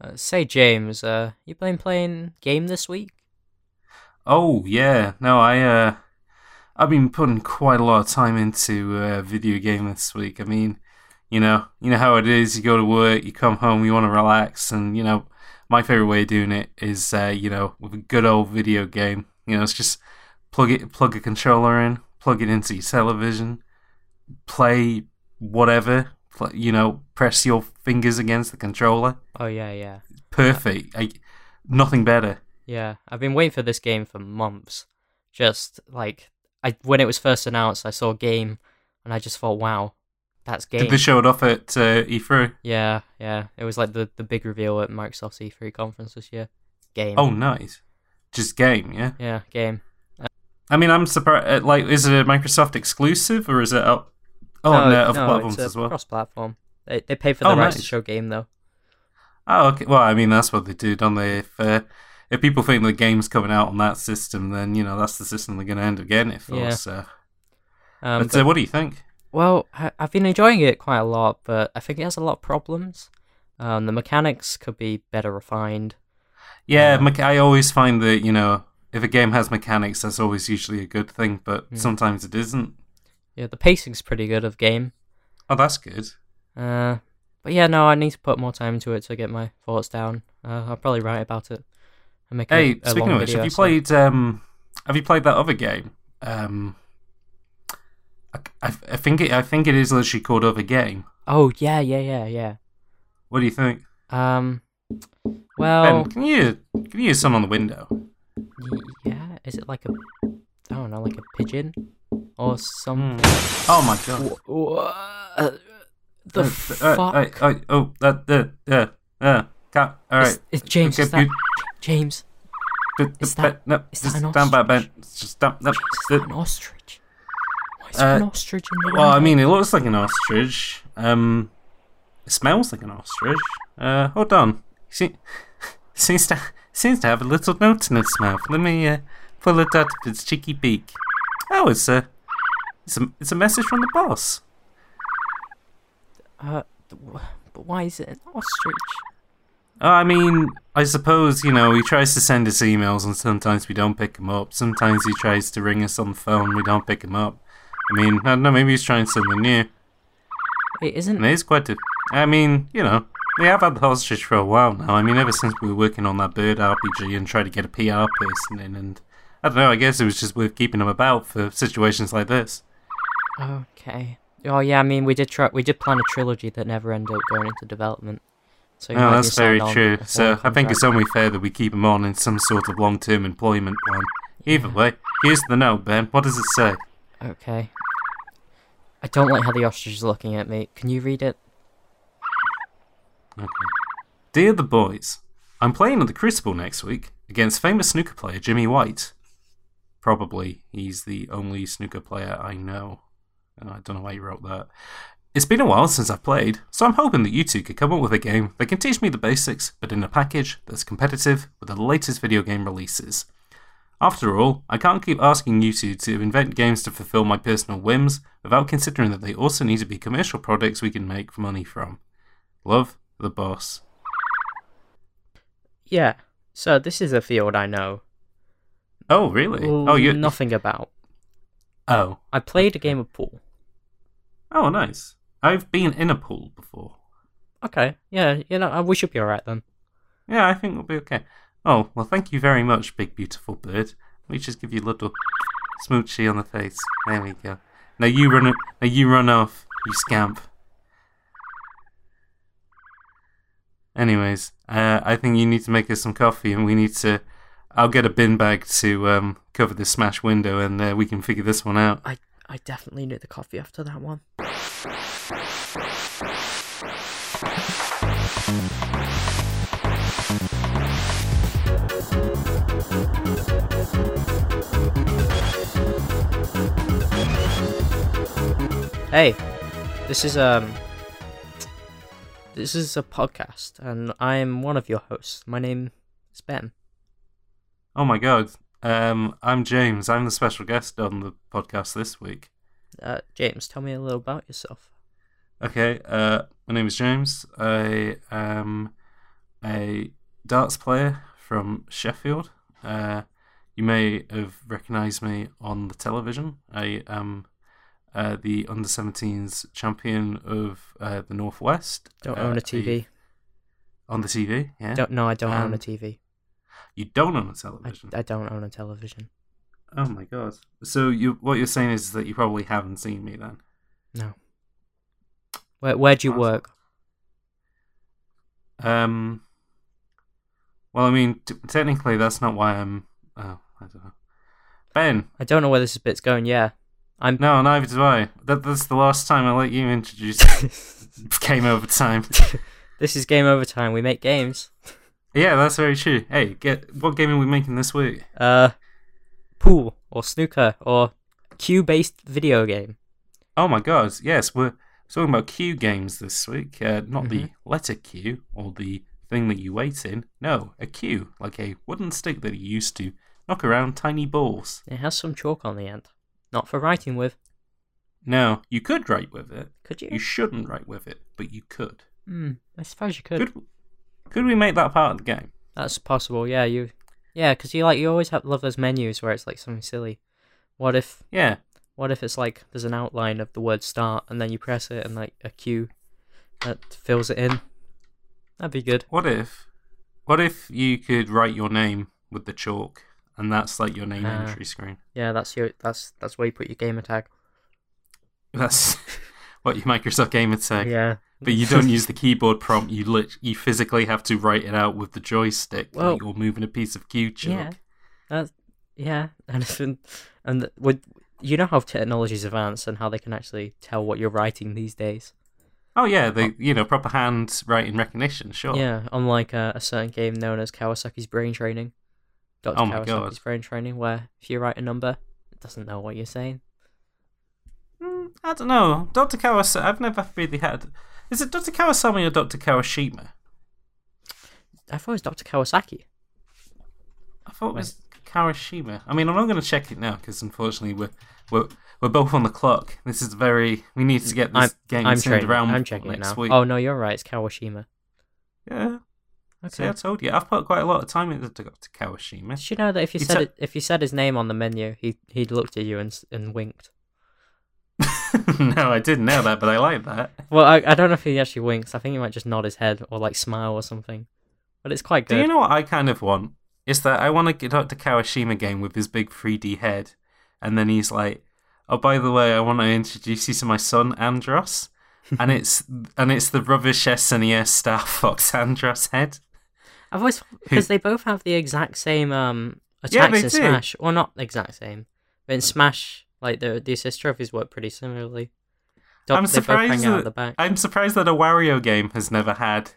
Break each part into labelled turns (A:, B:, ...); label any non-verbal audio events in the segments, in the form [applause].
A: Uh, say, James, uh, you been playing game this week?
B: Oh yeah, no, I uh, I've been putting quite a lot of time into uh, video game this week. I mean, you know, you know how it is. You go to work, you come home, you want to relax, and you know, my favorite way of doing it is uh, you know with a good old video game. You know, it's just plug it, plug a controller in, plug it into your television, play whatever. pl- You know, press your fingers against the controller.
A: Oh yeah, yeah,
B: Perfect. I, nothing better.
A: yeah. I've been waiting for this game for months. Just like I, when it was first announced, I saw game, and I just thought, wow, that's game.
B: Did they show it off at uh, E3?
A: Yeah, yeah. It was like the, the big reveal at Microsoft's E3 conference this year. Game.
B: Oh, nice. Just game, yeah.
A: Yeah, game.
B: I mean, I'm surprised. Like, is it a Microsoft exclusive or is it out? Oh, no, other platforms
A: it's a
B: as well.
A: cross-platform. They, they pay for the
B: Oh,
A: rights to
B: nice.
A: show game, though.
B: Oh, okay. Well, I mean, that's what they do, don't they? If uh, if people think the game's coming out on that system, then you know that's the system they're going to end up getting it for.
A: Yeah.
B: So,
A: Um,
B: but, uh, what do you think?
A: Well, I- I've been enjoying it quite a lot, but I think it has a lot of problems. Um, the mechanics could be better refined.
B: Yeah, mecha- I always find that you know if a game has mechanics, that's always usually a good thing, but
A: Hmm.
B: sometimes it isn't.
A: Yeah, the pacing's pretty good of game.
B: Oh, that's good.
A: Uh, but yeah, no, I need to put more time into it to get my thoughts down. Uh, I'll probably write about it and make a-
B: Hey,
A: a,
B: speaking
A: long
B: of which,
A: video
B: have you
A: essay.
B: played? Um, have you played that other game? Um, I, I- I think it. I think it is literally called Other Game.
A: Oh yeah, yeah, yeah, yeah.
B: What do you think?
A: Um,
B: Ben,
A: well,
B: can you can you use some on the window?
A: y- yeah. Is it like a, I don't know, like a pigeon, or some?
B: Oh my god!
A: Wh- wh- uh, the
B: Uh, uh,
A: fuck?
B: uh, uh, oh, that the yeah yeah. Cat. All right.
A: It's, it's James.
B: Okay,
A: is that
B: you-
A: James?
B: the- the
A: is that-
B: Ben- no,
A: is that
B: just
A: an
B: stand by, Ben.
A: ostrich?
B: Just stand. No,
A: Is
B: Uh, the-
A: that an ostrich? Why is
B: Uh,
A: there an ostrich in the
B: well, I
A: window?
B: mean, it looks like an ostrich. Um, it smells like an ostrich. Uh, hold on. See, [laughs] seems to seems to have a little note in its mouth. Let me uh, pull it out of its cheeky beak. Oh, it's a it's a it's a message from the boss.
A: Uh, th- wh- but why is it an ostrich?
B: Uh, I mean, I suppose you know he tries to send us emails, and sometimes we don't pick him up. Sometimes he tries to ring us on the phone, we don't pick him up. I mean, I don't know. Maybe he's trying something new.
A: Wait,
B: And
A: isn't
B: it is quite a. I mean, you know, we have had the ostrich for a while now. I mean, ever since we were working on that bird RPG and tried to get a PR person in, and I don't know, I guess it was just worth keeping him about for situations like this.
A: okay? Oh yeah, I mean we did try. We did plan a trilogy that never ended up going into development. So he
B: No,
A: might be
B: Oh, that's very
A: signed on
B: true.
A: with one
B: So I think
A: contract.
B: it's only fair that we keep him on in some sort of long term employment plan. Either way, here's the note, Ben. What does it say?
A: okay. I don't like how the ostrich is looking at me. Can you read it?
B: Okay. Dear the boys, I'm playing at the Crucible next week against famous snooker player Jimmy White. Probably he's the only snooker player I know. And I don't know why you wrote that. It's been a while since I've played, so I'm hoping that you two could come up with a game that can teach me the basics, but in a package that's competitive with the latest video game releases. After all, I can't keep asking you two to invent games to fulfill my personal whims without considering that they also need to be commercial products we can make money from. Love the boss.
A: Yeah. So this is a field I know
B: Oh, really? Oh, you.
A: nothing about.
B: Oh,
A: I played a game of pool.
B: oh, nice. I've been in a pool before.
A: Okay. Yeah. You know, uh, we should be all right then.
B: Yeah, I think we'll be okay. Oh, well, thank you very much, big beautiful bird. Let me just give you a little smoochy on the face. There we go. Now you run. Now you run off, you scamp. Anyways, uh, I think you need to make us some coffee, and we need to. I'll get a bin bag to um, cover this smash window, and uh, we can figure this one out.
A: I I definitely knew the coffee after that one. Hey, this is um this is a podcast and I am one of your hosts. My name is Ben.
B: Oh my god. Um, I'm James. I'm the special guest on the podcast this week.
A: Uh, James, tell me a little about yourself.
B: Okay. Uh, my name is James. I am a darts player from Sheffield. Uh, you may have recognised me on the television. I am uh, the under 17s champion of uh, the Northwest.
A: Don't
B: uh,
A: own a
B: I-
A: TV.
B: on the TV, yeah.
A: Don't. No, I don't own
B: Um,
A: a TV.
B: You don't own a
A: I,
B: television.
A: I don't own a television.
B: Oh my god. So you what you're saying is that you probably haven't seen me then.
A: No. Where Where do you
B: Awesome.
A: work?
B: Um. Well, I mean, t- technically, that's not why I'm. Oh, I don't know. Ben,
A: I don't know where this bit's going. Yeah, I'm.
B: no, neither do I. That that's the last time I let you introduce game over time.
A: this is game over time. We make games.
B: Yeah, that's very true. Hey, get what game are we making this week?
A: Uh, pool or snooker or cue-based video game.
B: Oh my god, yes, we're talking about Q games this week. Uh, not the letter Q or the thing that you wait in. No, a Q, like a wooden stick that you used to knock around tiny balls.
A: It has some chalk on the end. Not for writing with.
B: No, you could write with it.
A: Could you?
B: You shouldn't write with it, but you could.
A: Hmm. I suppose you could.
B: Could could we make that part of the game?
A: That's possible. Yeah, you. Yeah, because you like you always have love those menus where it's like something silly. What if
B: Yeah.
A: What if it's like there's an outline of the word start and then you press it and like a cue that fills it in? That'd be good.
B: What if what if you could write your name with the chalk and that's like your name
A: Ah.
B: entry screen? [laughs]
A: Yeah, that's your that's that's where you put your gamer tag.
B: That's what your Microsoft gamer tag.
A: Yeah.
B: But you
A: [laughs]
B: don't use the keyboard prompt. You lit. You physically have to write it out with the joystick.
A: Well-
B: like you're moving a piece of cue chalk.
A: Yeah. That's yeah. [laughs] And and th- would you know how technology's advanced and how they can actually tell what you're writing these days?
B: Oh yeah, the you know proper hand writing recognition. Sure.
A: Yeah, unlike a, a certain game known as Kawasaki's Brain Training. Dr.
B: Oh my
A: Kawasaki's
B: God.
A: Brain Training, where if you write a number, it doesn't know what you're saying.
B: Mm, I don't know, Doctor Kawasami. I've never really had. Is it Doctor Kawasami or Doctor Kawashima?
A: I thought it was Dr. Kawasaki.
B: I thought it was Kawashima. I mean, I'm not going to check it now because unfortunately we're we're we're both on the clock. This is very. We need to get this
A: I'm,
B: game
A: I'm
B: turned
A: training-
B: around
A: I'm checking it
B: next
A: now.
B: week.
A: Oh no, you're right. It's Kawashima.
B: Yeah. See,
A: Okay.
B: I told you. I've put quite a lot of time into Doctor Kawashima.
A: Did you know that if you
B: You
A: said
B: te-
A: it, if you said his name on the menu, he he looked at you and s- and winked.
B: [laughs] no, I didn't know that, but I like that.
A: Well, I, I don't know if he actually winks. I think he might just nod his head or like smile or something. But it's quite good.
B: Do you know what I kind of want? Is that I want to get Dr. Kawashima game with his big 3D head, and then he's like, "Oh, by the way, I want to introduce you to my son Andros," and it's and it's the rubbish SNES Star [laughs] Fox Andros head.
A: I've
B: [laughs]
A: always because they both have the exact same um
B: Yeah,
A: attacks
B: they
A: in
B: do.
A: Smash, or not exact same, but in Smash, like the the assist trophies work pretty similarly. Do-
B: I'm
A: they both hang
B: surprised
A: out
B: that-
A: at the back.
B: I'm surprised that a Wario game has never had.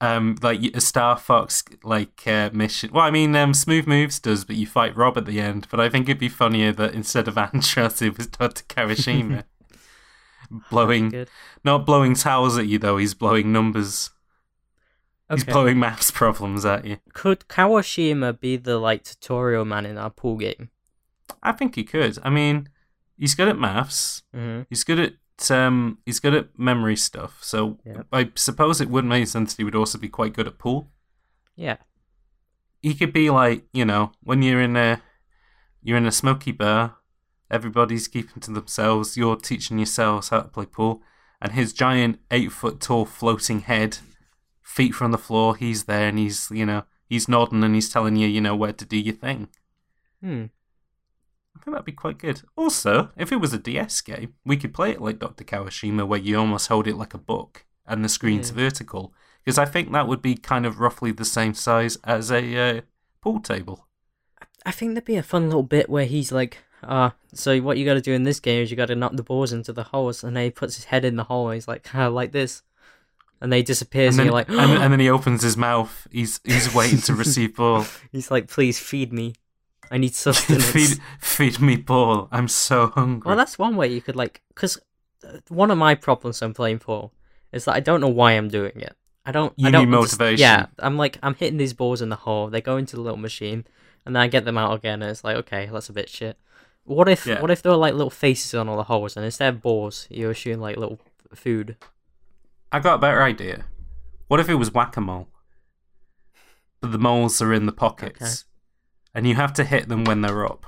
B: Um, like a Star Fox like uh, mission. Well, I mean, um, Smooth Moves does, but you fight Rob at the end. But I think it'd be funnier that instead of [laughs] Andros, it was Dr.
A: [laughs]
B: Kawashima blowing
A: Good.
B: Not blowing towers at you though, he's blowing numbers. He's
A: Okay.
B: blowing maths problems at you.
A: Could Kawashima be the like tutorial man in our pool game?
B: I think he could. I mean, he's good at maths.
A: Mm-hmm.
B: He's good at um he's good at memory stuff. So
A: Yep.
B: I suppose it would make sense that he would also be quite good at pool.
A: Yeah.
B: He could be like, you know, when you're in a you're in a smoky bar, everybody's keeping to themselves, you're teaching yourselves how to play pool, and his giant eight foot tall floating head, feet from the floor, he's there and he's you know, he's nodding and he's telling you, you know, where to do your thing.
A: Hmm.
B: I think that'd be quite good. Also, if it was a DS game, we could play it like Dr. Kawashima, where you almost hold it like a book and the screen's
A: Yeah.
B: vertical, because I think that would be kind of roughly the same size as a uh, pool table.
A: I think there'd be a fun little bit where he's like, ah, so what you gotta do in this game is you gotta knock the balls into the holes, and then he puts his head in the hole and he's like, ah, like this. And then he disappears
B: And
A: and,
B: then,
A: you're like, [gasps]
B: and, and then he opens his mouth. He's he's waiting to receive
A: [laughs]
B: ball.
A: he's like, please feed me. I
B: [laughs]
A: need sustenance.
B: feed, feed me ball. I'm so hungry.
A: Well, that's one way you could like, because one of my problems when playing pool is that I don't know why I'm doing it. I don't.
B: You
A: I don't
B: need
A: underst-
B: motivation.
A: Yeah, I'm like I'm hitting these balls in the hole. They go into the little machine, and then I get them out again, and it's like, okay, that's a bit shit. What if
B: Yeah.
A: what if there were like little faces on all the holes, and instead of balls, you were shooting like little f- food?
B: I got a better idea. What if it was whack a mole? but the moles are in the pockets, and you have to hit them when they're up.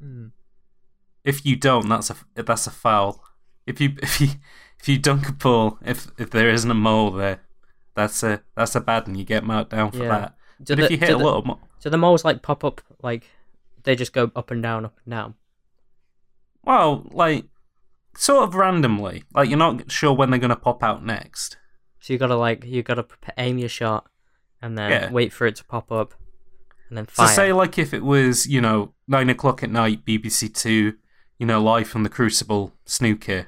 A: Hmm.
B: If you don't, that's a that's a foul. If you if you if you dunk a ball, if if there isn't a mole there, that's a that's a bad, and you get marked down for
A: Yeah.
B: that.
A: Do
B: But if
A: the-
B: you hit
A: do
B: a
A: the-
B: little, mo-
A: So the moles like pop up, like they just go up and down, up and down.
B: well, like sort of randomly, like you're not sure when they're gonna pop out next.
A: So you gotta like you gotta prep aim your shot, and then
B: Yeah.
A: wait for it to pop up, and then fire.
B: So say like if it was, you know, nine o'clock at night, BBC Two, you know, live from the Crucible snooker,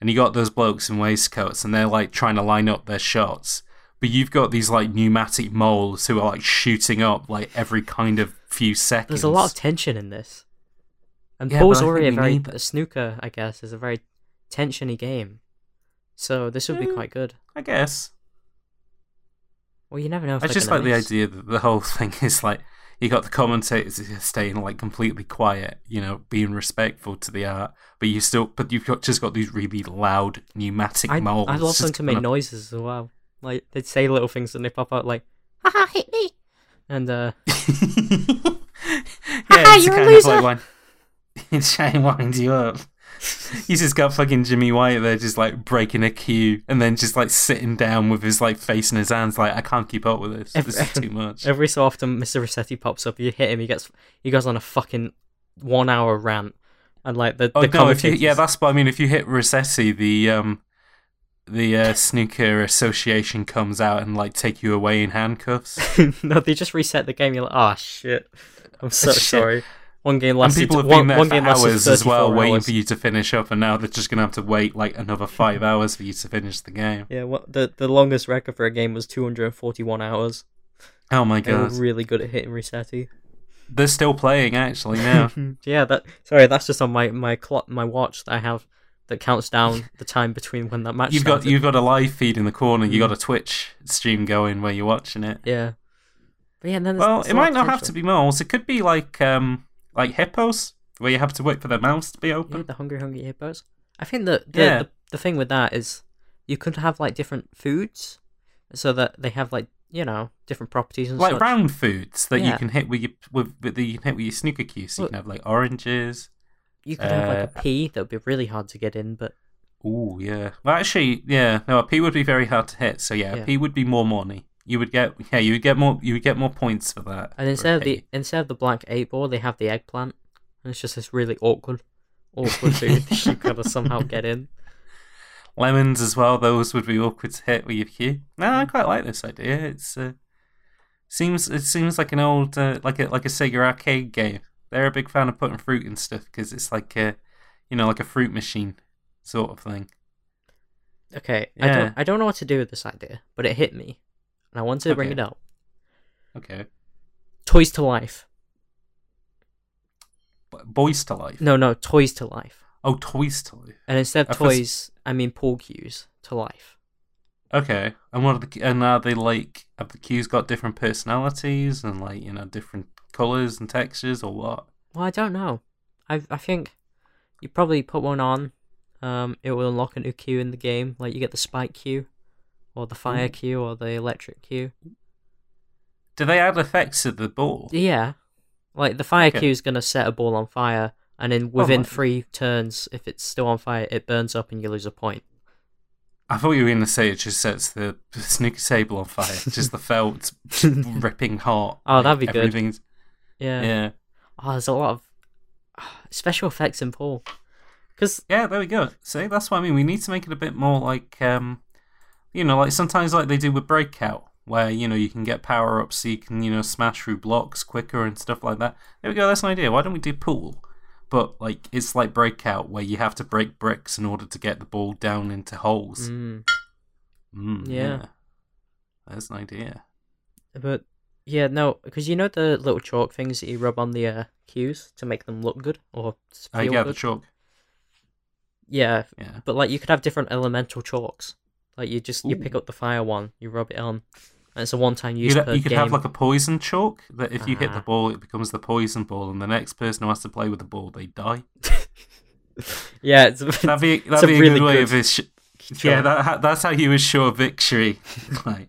B: and you got those blokes in waistcoats, and they're like trying to line up their shots, but you've got these like pneumatic moles who are like shooting up like every kind of few seconds.
A: There's a lot of tension in this, and
B: Yeah,
A: Paul's
B: but I
A: already a
B: think we
A: very
B: need that.
A: snooker, I guess, is a very tensiony game. So this would be
B: Yeah.
A: quite good.
B: I guess.
A: Well, you never know. If
B: I
A: they're
B: just
A: gonna
B: like the
A: miss.
B: idea that the whole [laughs] thing is like you got the commentators staying like completely quiet, you know, being respectful to the art, but you still, but you've got just got these really loud pneumatic
A: I,
B: moles.
A: I love
B: just
A: them to make
B: [laughs] kinda-
A: noises as well. Like they'd say little things and they pop out like, "Haha, hit me!" And uh,
B: yeah, it's
A: you're a
B: kind
A: loser.
B: [laughs] of like when trying to wind you up. He's just got fucking Jimmy White there, just like breaking a cue, and then just like sitting down with his like face in his hands, like I can't keep up with this. This is
A: [laughs]
B: too much.
A: Every so often, Mr. Rossetti pops up. You hit him. He gets. He goes on a fucking one-hour rant, and like the,
B: Oh
A: the
B: no! If you,
A: commentators.
B: yeah, that's what I mean. If you hit Rossetti, the um, the uh, snooker association comes out and like take you away in handcuffs.
A: [laughs] no, they just reset the game. You're like, oh shit, I'm so
B: [laughs] Shit.
A: sorry. One game
B: And
A: lasted.
B: people have
A: one,
B: been there
A: one
B: for
A: game lasted
B: hours as well,
A: 34
B: waiting
A: hours. Mm-hmm.
B: for you to finish up, and now they're just gonna have to wait like another five hours for you to finish the game.
A: Yeah, what, the the longest record for a game was 241 hours.
B: Oh my
A: They were
B: god,
A: really good at hitting Rossetti.
B: they're still playing actually now.
A: [laughs] yeah, that. Sorry, that's just on my my clock, my watch that I have that counts
B: [laughs]
A: down the time between when that match.
B: you've got
A: started.
B: you've got a live feed in the corner. You
A: Mm.
B: got a Twitch stream going where you're watching it.
A: Yeah. But yeah, and then there's-
B: Well,
A: there's
B: it
A: a lot
B: might
A: of
B: not have
A: potential.
B: to be moles. It could be like um like hippos where you have to wait for their mouths to be open.
A: Yeah, the hungry, hungry hippos. I think the the,
B: Yeah.
A: the the thing with that is you could have like different foods, so that they have like you know different properties and
B: like
A: such.
B: round foods that
A: Yeah.
B: you can hit with your with, with the, you can hit with your snooker cue. So you
A: Well-
B: can have like oranges.
A: you could have like a
B: uh,
A: pea that would be really hard to get in, but
B: Ooh, yeah. Well, actually, yeah. No, a pea would be very hard to hit. So yeah,
A: Yeah.
B: a pea would be more money. You would get yeah, you would get more you would get more points for that.
A: and
B: for a
A: instead of the
B: pea.
A: instead of the black eight ball, they have the eggplant, and it's just this really awkward,
B: [laughs]
A: awkward food that you gotta somehow get in.
B: lemons as well, those would be awkward to hit with your cue. No, I quite like this idea. It's uh, seems it seems like an old uh, like a like a Sega arcade game. They're a big fan of putting fruit and stuff because it's like a you know like a fruit machine sort of thing.
A: Okay, I
B: Yeah.
A: don't I don't know what to do with this idea, but it hit me, and I wanted to bring
B: Okay.
A: it up.
B: Okay.
A: Toys to life.
B: B- Boys to life.
A: No, no, toys to life.
B: Oh, toys to life.
A: And instead
B: I
A: of
B: feel s-
A: toys, I mean pool cues to life.
B: Okay. And what are the and are they like? Have the cues got different personalities and like you know different colors and textures or what?
A: Well, I don't know. I I think you probably put one on. Um, it will unlock a new cue in the game. Like you get the spike cue, or the fire
B: Ooh.
A: cue, or the electric cue.
B: Do they add effects to the ball?
A: Yeah, like the fire
B: Okay. Oh,
A: cue is gonna set a ball on fire, and then within
B: right.
A: three turns, if it's still on fire, it burns up and you lose a
B: [laughs]
A: point.
B: I thought you were going to say it just sets the [laughs] snooker table on fire. just the felt
A: [laughs]
B: ripping hot.
A: Oh, that'd be good.
B: Everything's,
A: Yeah.
B: yeah. yeah.
A: Oh, there's a lot of [sighs] special effects in pool. Cause
B: there we go. See, that's what I mean. We need to make it a bit more like, um, you know, like sometimes like they do with Breakout, where, you know, you can get power ups so you can, you know, smash through blocks quicker and stuff like that. There we go. That's an idea. Why don't we do pool? But, like, it's like Breakout, where you have to break bricks in order to get the ball down into holes.
A: Mm.
B: Mm,
A: Yeah.
B: There's an idea.
A: But yeah, no, because you know the little chalk things that you rub on the uh, cues to make them look good or s-
B: Uh,
A: feel
B: yeah, the
A: good.
B: chalk.
A: yeah,
B: Yeah.
A: but like you could have different elemental chalks. Like you just you pick
B: Ooh.
A: up the fire one, you rub it on, and it's a one-time use
B: You'd,
A: per
B: you could
A: game.
B: have like a poison chalk that if you hit
A: Ah.
B: the ball, it becomes the poison ball, and the next person who has to play with the ball, they die.
A: Yeah, it's
B: [laughs] That'd be that'd
A: a
B: be a
A: really
B: good way
A: good
B: of it.
A: chalk. [laughs]
B: Yeah, that, that's how you assure victory. like,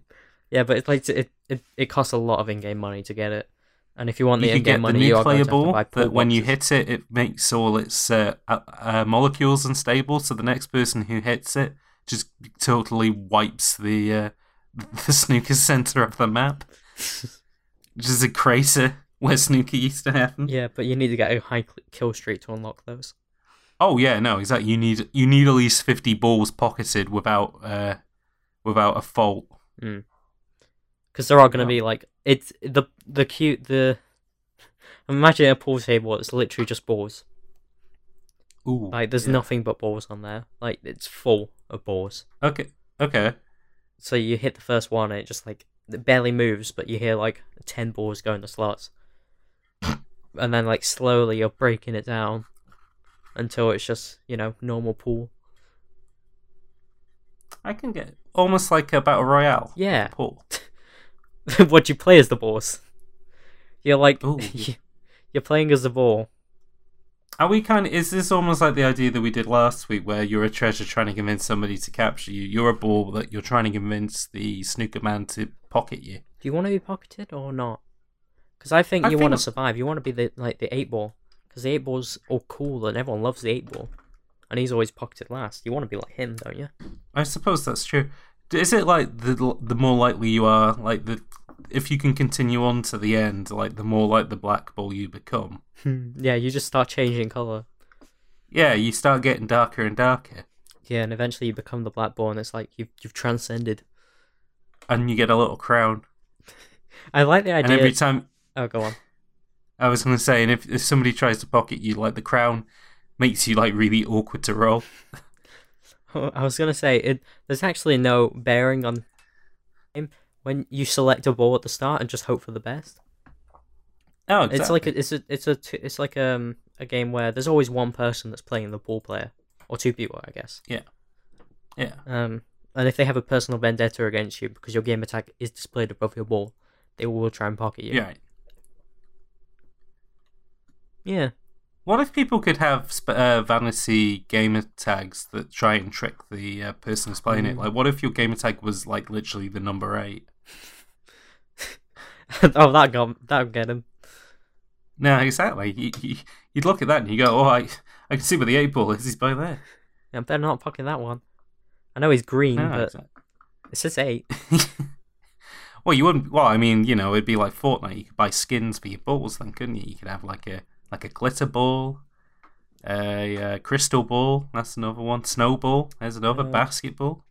A: Yeah, but it's like it it, it costs a lot of in-game money to get it, and if you want the
B: You can
A: in-game
B: get the
A: money, you
B: new
A: are going
B: player
A: to have to
B: ball
A: buy
B: that when you
A: boxes.
B: hit it, it makes all its uh, uh, uh, molecules unstable. So the next person who hits it just totally wipes the uh, [laughs] the snooker center of the map, [laughs] which is a crater where snooker used to happen.
A: Yeah, but you need to get a high cl- kill streak to unlock those.
B: Oh yeah, no, exactly. You need you need at least fifty balls pocketed without uh, without a fault.
A: because there are going to
B: Yeah.
A: be like it's the the cute the [laughs] imagine a pool table it's literally just balls
B: Ooh,
A: like there's
B: yeah.
A: nothing but balls on there like it's full of balls
B: Okay, okay.
A: so you hit the first one and it just like it barely moves but you hear like 10 balls go in the
B: [laughs]
A: slots and then like slowly you're breaking it down until it's just you know normal pool
B: I can get almost like a battle royale.
A: yeah [laughs]
B: Paul.
A: what you play as the balls you're like
B: Ooh.
A: [laughs] you're playing as the ball
B: Are we kind of, is this almost like the idea that we did last week where you're a treasure trying to convince somebody to capture you? You're a ball that you're trying to convince the snooker man to pocket you.
A: Do you want to be pocketed or not? Because I think
B: I
A: you want to
B: think-
A: survive. You want to be the like the eight ball because the eight ball's all cool and everyone loves the eight ball, and he's always pocketed last. You want to be like him, don't you?
B: I suppose that's true. D- Is it like the the more likely you are, like the if you can continue on to the end, like the more like the black ball you become?
A: [laughs] yeah, you just start changing color.
B: Yeah, you start getting darker and darker,
A: Yeah, and eventually you become the black ball, and it's like you've you've transcended.
B: and you get a little crown.
A: I like the
B: And
A: idea.
B: every time
A: Oh, go on. [laughs]
B: I was going to say, and if, if somebody tries to pocket you, like the crown makes you like really awkward to roll.
A: I was gonna say it. There's actually no bearing on him when you select a ball at the start and just hope for the best.
B: Oh,
A: It's like
B: exactly.
A: a, it's a it's a t- it's like um a game where there's always one person that's playing the ball player or two people, I guess.
B: yeah.
A: Um, and if they have a personal vendetta against you because your game attack is displayed above your ball, they will try and pocket you.
B: Yeah.
A: Yeah. [laughs]
B: What if people could have sp- uh, vanity gamer tags that try and trick the uh, person who's playing it?
A: Mm.
B: Like, what if your gamer tag was like literally the number eight?
A: oh, that got that'll get him.
B: No, exactly. You, you, you'd look at that and you go, "Oh, I, I can see where the eight ball is. He's by there."
A: I better not pocket that one. I know he's green,
B: No,
A: but
B: exact-
A: it says
B: [laughs]
A: eight.
B: well, you wouldn't. Well, I mean, you know, it'd be like Fortnite. You could buy skins for your balls, then, couldn't you? You could have like a like a glitter ball, a, uh crystal ball. That's another one. Snowball. There's another
A: Uh,
B: basketball.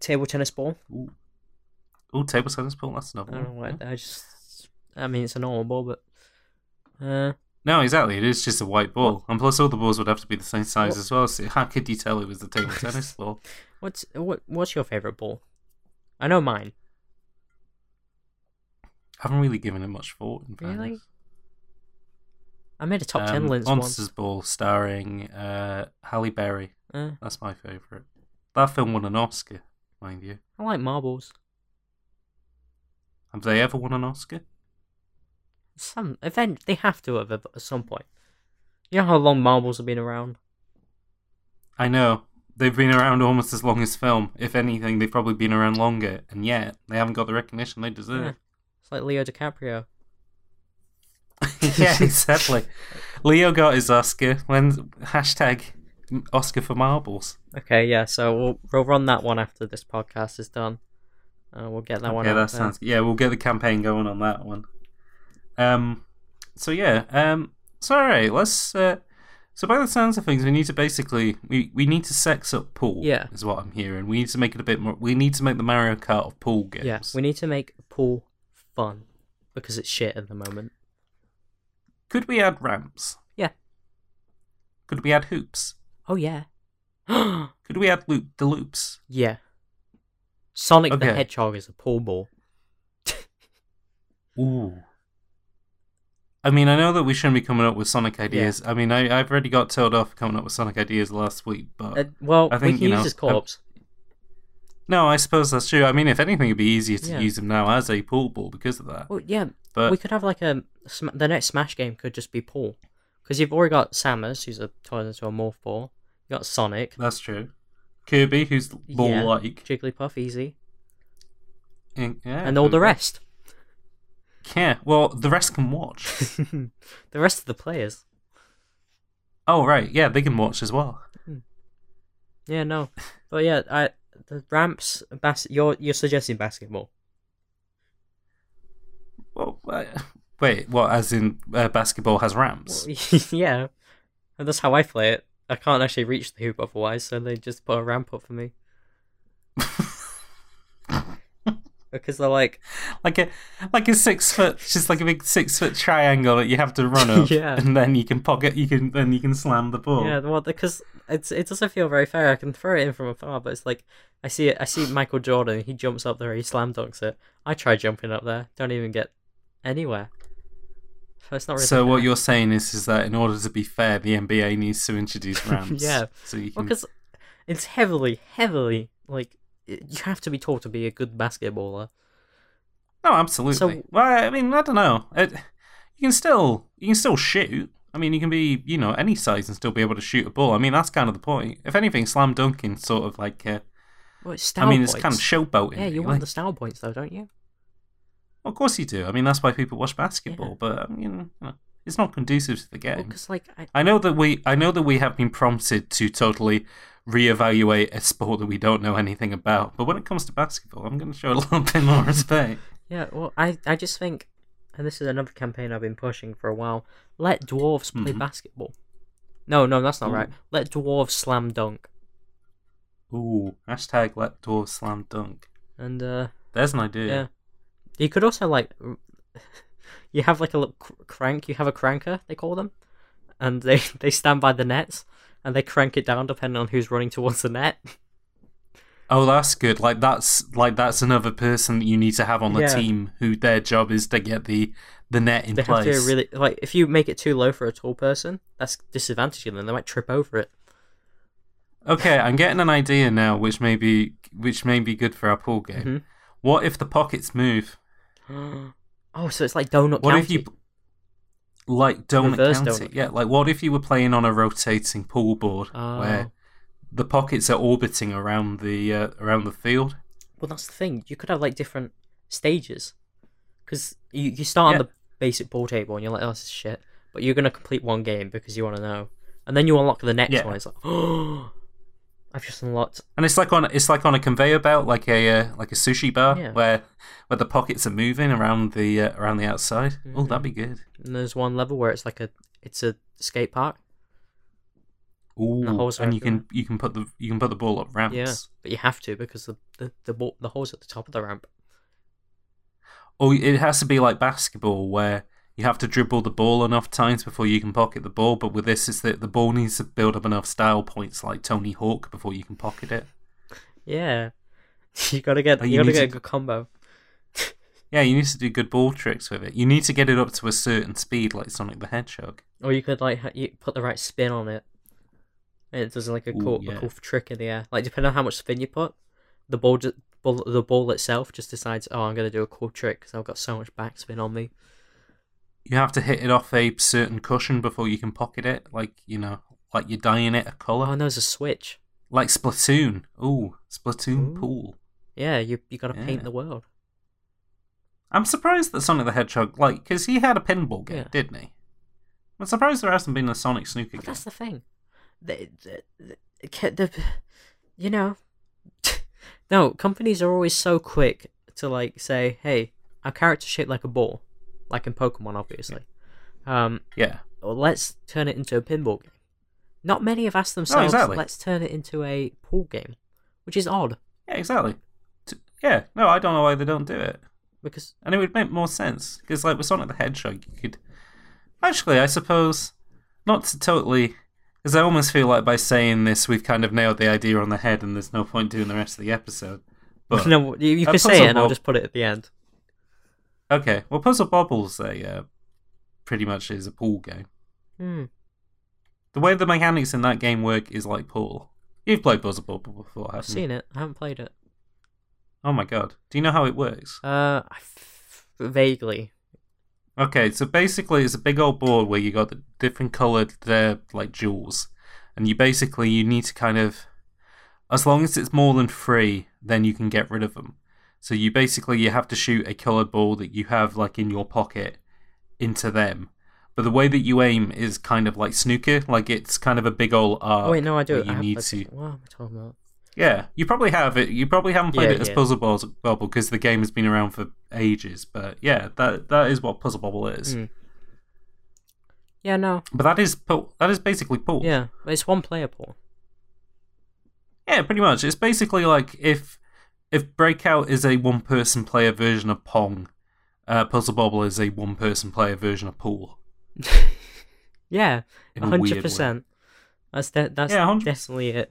A: table tennis ball.
B: Oh, table tennis ball. That's
A: I
B: another
A: don't know
B: one.
A: why.
B: Yeah.
A: I just. I mean, it's a normal ball, but. Uh,
B: No, exactly. It is just a white ball, and plus all the balls would have to be the same size as well. So how could you tell it was
A: [laughs]
B: the table tennis ball?
A: what's what? What's your favorite ball? I know mine.
B: I haven't really given it much thought. In fairness.
A: Really? I made a top ten
B: Um,
A: list once.
B: Monsters Ball, starring uh, Halle Berry.
A: Uh,
B: That's my favorite. That film won an Oscar, mind you.
A: I like marbles.
B: Have they ever won an Oscar?
A: Some event they have to have at at some point. You know how long marbles have been around.
B: I know they've been around almost as long as film. If anything, they've probably been around longer, and yet they haven't got the recognition they
A: Yeah.
B: deserve.
A: It's like Leo DiCaprio. Hmm. [laughs]
B: [laughs] yeah, exactly. Leo got his Oscar. When hashtag Oscar for marbles.
A: Okay, yeah. So we'll we'll run that one after this podcast is done. Uh, we'll get that one.
B: Yeah,
A: out
B: that
A: there.
B: sounds. Yeah, we'll get the campaign going on that one. Um, so yeah, um, so all right, let's. Uh, so by the sounds of things, we need to basically we, we need to sex up pool.
A: Yeah.
B: is what I'm hearing. We need to make it a bit more. We need to make the Mario Kart of pool games.
A: Yeah, we need to make pool fun because it's shit at the moment.
B: Could we add ramps?
A: Yeah.
B: Could we add hoops?
A: Oh yeah.
B: Could we add loop the loops?
A: [gasps] yeah. Sonic the
B: Okay.
A: Hedgehog is a pool ball.
B: Ooh. I mean, I know that we shouldn't be coming up with Sonic ideas. I mean, I, I've already got told off coming up with Sonic ideas last week, but
A: Uh, well,
B: I
A: we
B: think,
A: can
B: you
A: use
B: know,
A: his
B: I-
A: corpse.
B: No, I suppose that's true. I mean, if anything, it'd be easier to
A: Yeah.
B: use him now as a pool ball because of that.
A: Well, yeah,
B: But
A: we could have like a sm- the next Smash game could just be Paul, because you've already got Samus, who's a turns into a morph ball. You got Sonic,
B: that's true. Kirby, who's ball like, eh,
A: Jigglypuff, easy.
B: Yeah,
A: and all the rest.
B: Yeah, well, the rest
A: [laughs]
B: can watch.
A: the rest of the players.
B: oh, right. Yeah, they can watch as well.
A: Yeah, no. But yeah, I the ramps bas- you're you're suggesting basketball. [laughs]
B: Well, uh, wait, what? As in uh, basketball has ramps?
A: yeah. And that's how I play it. I can't actually reach the hoop otherwise, so they just put a ramp up for me. because they're like,
B: like a like a six foot, just like a big six foot triangle that you have to run up,
A: [laughs] Yeah.
B: and then you can pocket, you can then you can slam the ball.
A: yeah, well, because it's it doesn't feel very fair. I can throw it in from afar, but it's like I see it. I see Michael Jordan. He jumps up there. He slam dunks it. I try jumping up there. Don't even get anywhere. So it's not really.
B: So
A: fair.
B: what you're saying is, is that in order to be fair, the NBA needs
A: [laughs]
B: to introduce ramps.
A: Yeah.
B: So you can.
A: Well, because it's heavily, heavily like it, you have to be taught to be a good basketballer.
B: no, absolutely.
A: So-
B: well, I mean, I don't know. It, you can still you can still shoot. I mean, you can be you know any size and still be able to shoot a ball. I mean, that's kind of the point. If anything, slam dunking sort of like. Uh,
A: Well, it's
B: I
A: style
B: mean,
A: points.
B: it's kind of showboating.
A: yeah, you
B: really.
A: want the style points though, don't you?
B: Of course you do. I mean, that's why people watch basketball. But I mean, you know, it's not conducive to the game.
A: Because like I,
B: I know that we I know that we have been prompted to totally reevaluate a sport that we don't know anything about. But when it comes to basketball, I'm going to show a [laughs] little bit more respect.
A: Yeah, well, I, I just think, and this is another campaign I've been pushing for a while. Let dwarves
B: Mm-hmm.
A: play basketball. No, no, that's not right. Let dwarves slam dunk,
B: Ooh, hashtag let door slam dunk.
A: and uh,
B: There's an
A: yeah.
B: idea.
A: you could also like, r- [laughs] you have like a little cr- crank. You have a cranker, they call them, and they [laughs] they stand by the nets and they crank it down depending on who's running towards the net. [laughs]
B: Oh, that's good. Like that's like that's another person that you need to have on the
A: Yeah.
B: team who their job is to get the the net in
A: They have
B: place.
A: to really like if you make it too low for a tall person, that's disadvantaging them. They might trip over
B: [gasps]
A: it.
B: Okay, I'm getting an idea now, which may be which may be good for our pool game.
A: Mhm.
B: What if the pockets move?
A: oh, so it's like donut.
B: What if
A: County.
B: you like donut
A: Reverse
B: count
A: donut
B: it? Yeah, like what if you were playing on a rotating pool board
A: Oh.
B: where the pockets are orbiting around the uh, around the field?
A: Well, that's the thing. You could have like different stages, because you, you start
B: Yeah.
A: on the basic pool table and you're like, "Oh, this is shit," but you're gonna complete one game because you want to know, and then you unlock the next
B: Yeah.
A: one. It's like, [gasps] "Oh, I've just unlocked."
B: And it's like on it's like on a conveyor belt, like a uh, like a sushi bar,
A: Yeah.
B: where where the pockets are moving around the uh, around the outside. Oh,
A: Mm-hmm.
B: that'd be good.
A: And there's one level where it's like a it's a skate park.
B: Ooh,
A: the holes
B: and,
A: are
B: you can you can put the you can put the ball up ramps.
A: Yeah, but you have to because the the the, ball, the hole's at the top of the ramp.
B: Or it has to be like basketball where you have to dribble the ball enough times before you can pocket the ball. But with this, it's that the ball needs to build up enough style points like Tony Hawk before you can pocket it.
A: Yeah, [laughs] you gotta get
B: Oh,
A: you,
B: you
A: gotta
B: need
A: get
B: to-
A: a good combo.
B: Yeah, you need to do good ball tricks with it. You need to get it up to a certain speed like Sonic the Hedgehog.
A: Or you could like ha- you put the right spin on it, and it does like a
B: Ooh,
A: cool, a
B: yeah.
A: cool trick in the air. Like depending on how much spin you put, the ball, ju- ball the ball itself just decides, oh, I'm gonna do a cool trick because I've got so much backspin on me.
B: You have to hit it off a certain cushion before you can pocket it. Like, you know, like you're dyeing it a
A: Oh,
B: colour.
A: and there's a switch.
B: Like Splatoon. Ooh, Splatoon
A: Ooh.
B: pool.
A: Yeah, you you gotta paint
B: Yeah.
A: the world.
B: I'm surprised that Sonic the Hedgehog, like, because he had a pinball game,
A: Yeah.
B: didn't he? I'm surprised there hasn't been a Sonic snooker
A: But
B: game.
A: that's the thing. The, the, the, ca- the, you know, [laughs] no companies are always so quick to like say, hey, our character's shaped like a ball, like in Pokemon, obviously. Um,
B: Yeah.
A: or let's turn it into a pinball game. Not many have asked themselves,
B: Oh, exactly.
A: let's turn it into a pool game, which is odd
B: Yeah, exactly. T- Yeah, no, I don't know why they don't do it.
A: because [laughs]
B: And it would make more sense. Because, like, with Sonic the Hedgehog, you could. Actually, I suppose. Not to totally. Because I almost feel like by saying this, we've kind of nailed the idea on the head and there's no point doing the rest of the episode.
A: [laughs]
B: But,
A: no, you, you
B: a
A: can say it, and
B: puzzle
A: I'll
B: bob-
A: just put it at the end.
B: Okay, well, Puzzle Bobbles, they uh, pretty much is a pool game.
A: Hmm.
B: The way the mechanics in that game work is like pool. You've played Puzzle Bobble before,
A: I've
B: haven't you?
A: seen it. I haven't played it.
B: Oh my god. Do you know how it works?
A: Uh, I f- vaguely.
B: Okay, so basically, it's a big old board where you got the different coloured, uh, like jewels, and you basically you need to kind of, as long as it's more than three, then you can get rid of them. So you basically you have to shoot a colored ball that you have like in your pocket into them. But the way that you aim is kind of like snooker, like it's kind of a big old arc.
A: Oh, wait, no, I do.
B: where
A: it.
B: You
A: I have
B: need
A: played
B: to.
A: this- What am I talking about?
B: Yeah, you probably have it. You probably haven't played
A: Yeah,
B: it as
A: yeah.
B: Puzzle Bobble Bobble because the game has been around for ages. But yeah, that that is what Puzzle Bobble is.
A: Mm. Yeah, no.
B: But that is pool. That is basically pool.
A: Yeah, but it's one player pool.
B: Yeah, pretty much. It's basically like if if Breakout is a one person player version of Pong, uh, Puzzle Bobble is a one person player version of Pool.
A: Yeah,
B: In a weird
A: hundred percent. That's de- that's
B: Yeah, 100%.
A: definitely it.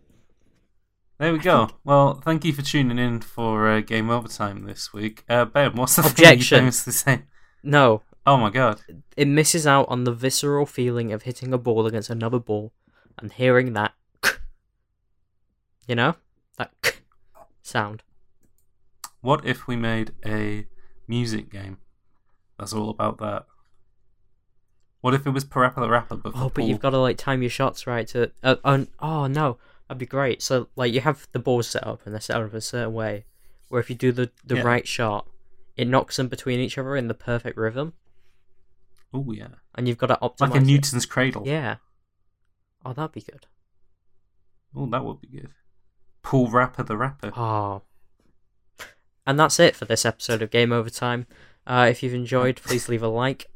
B: There we go. Well, thank you for tuning in for uh, Game Overtime this week. Uh, ben, what's [laughs] the thing you
A: Objection.
B: famously say?
A: No,
B: Oh my god.
A: it misses out on the visceral feeling of hitting a ball against another ball and hearing that, you know, that sound.
B: What if we made a music game? That's all about that. What if it was Parappa the Rapper, but for
A: Oh, but
B: pool?
A: you've got to like time your shots right to. Uh, un- oh no, that'd be great. So like you have the balls set up and they're set up a certain way, where if you do the the
B: Yeah.
A: right shot, it knocks them between each other in the perfect rhythm,
B: Oh yeah,
A: and you've got to optimize.
B: like a
A: it.
B: Newton's Cradle.
A: Yeah. Oh, that'd be good.
B: Oh, that would be good. Pool Rapper the Rapper.
A: Oh. And that's it for this episode of Game Over Time. Uh, if you've enjoyed, please leave a
B: [laughs]
A: like.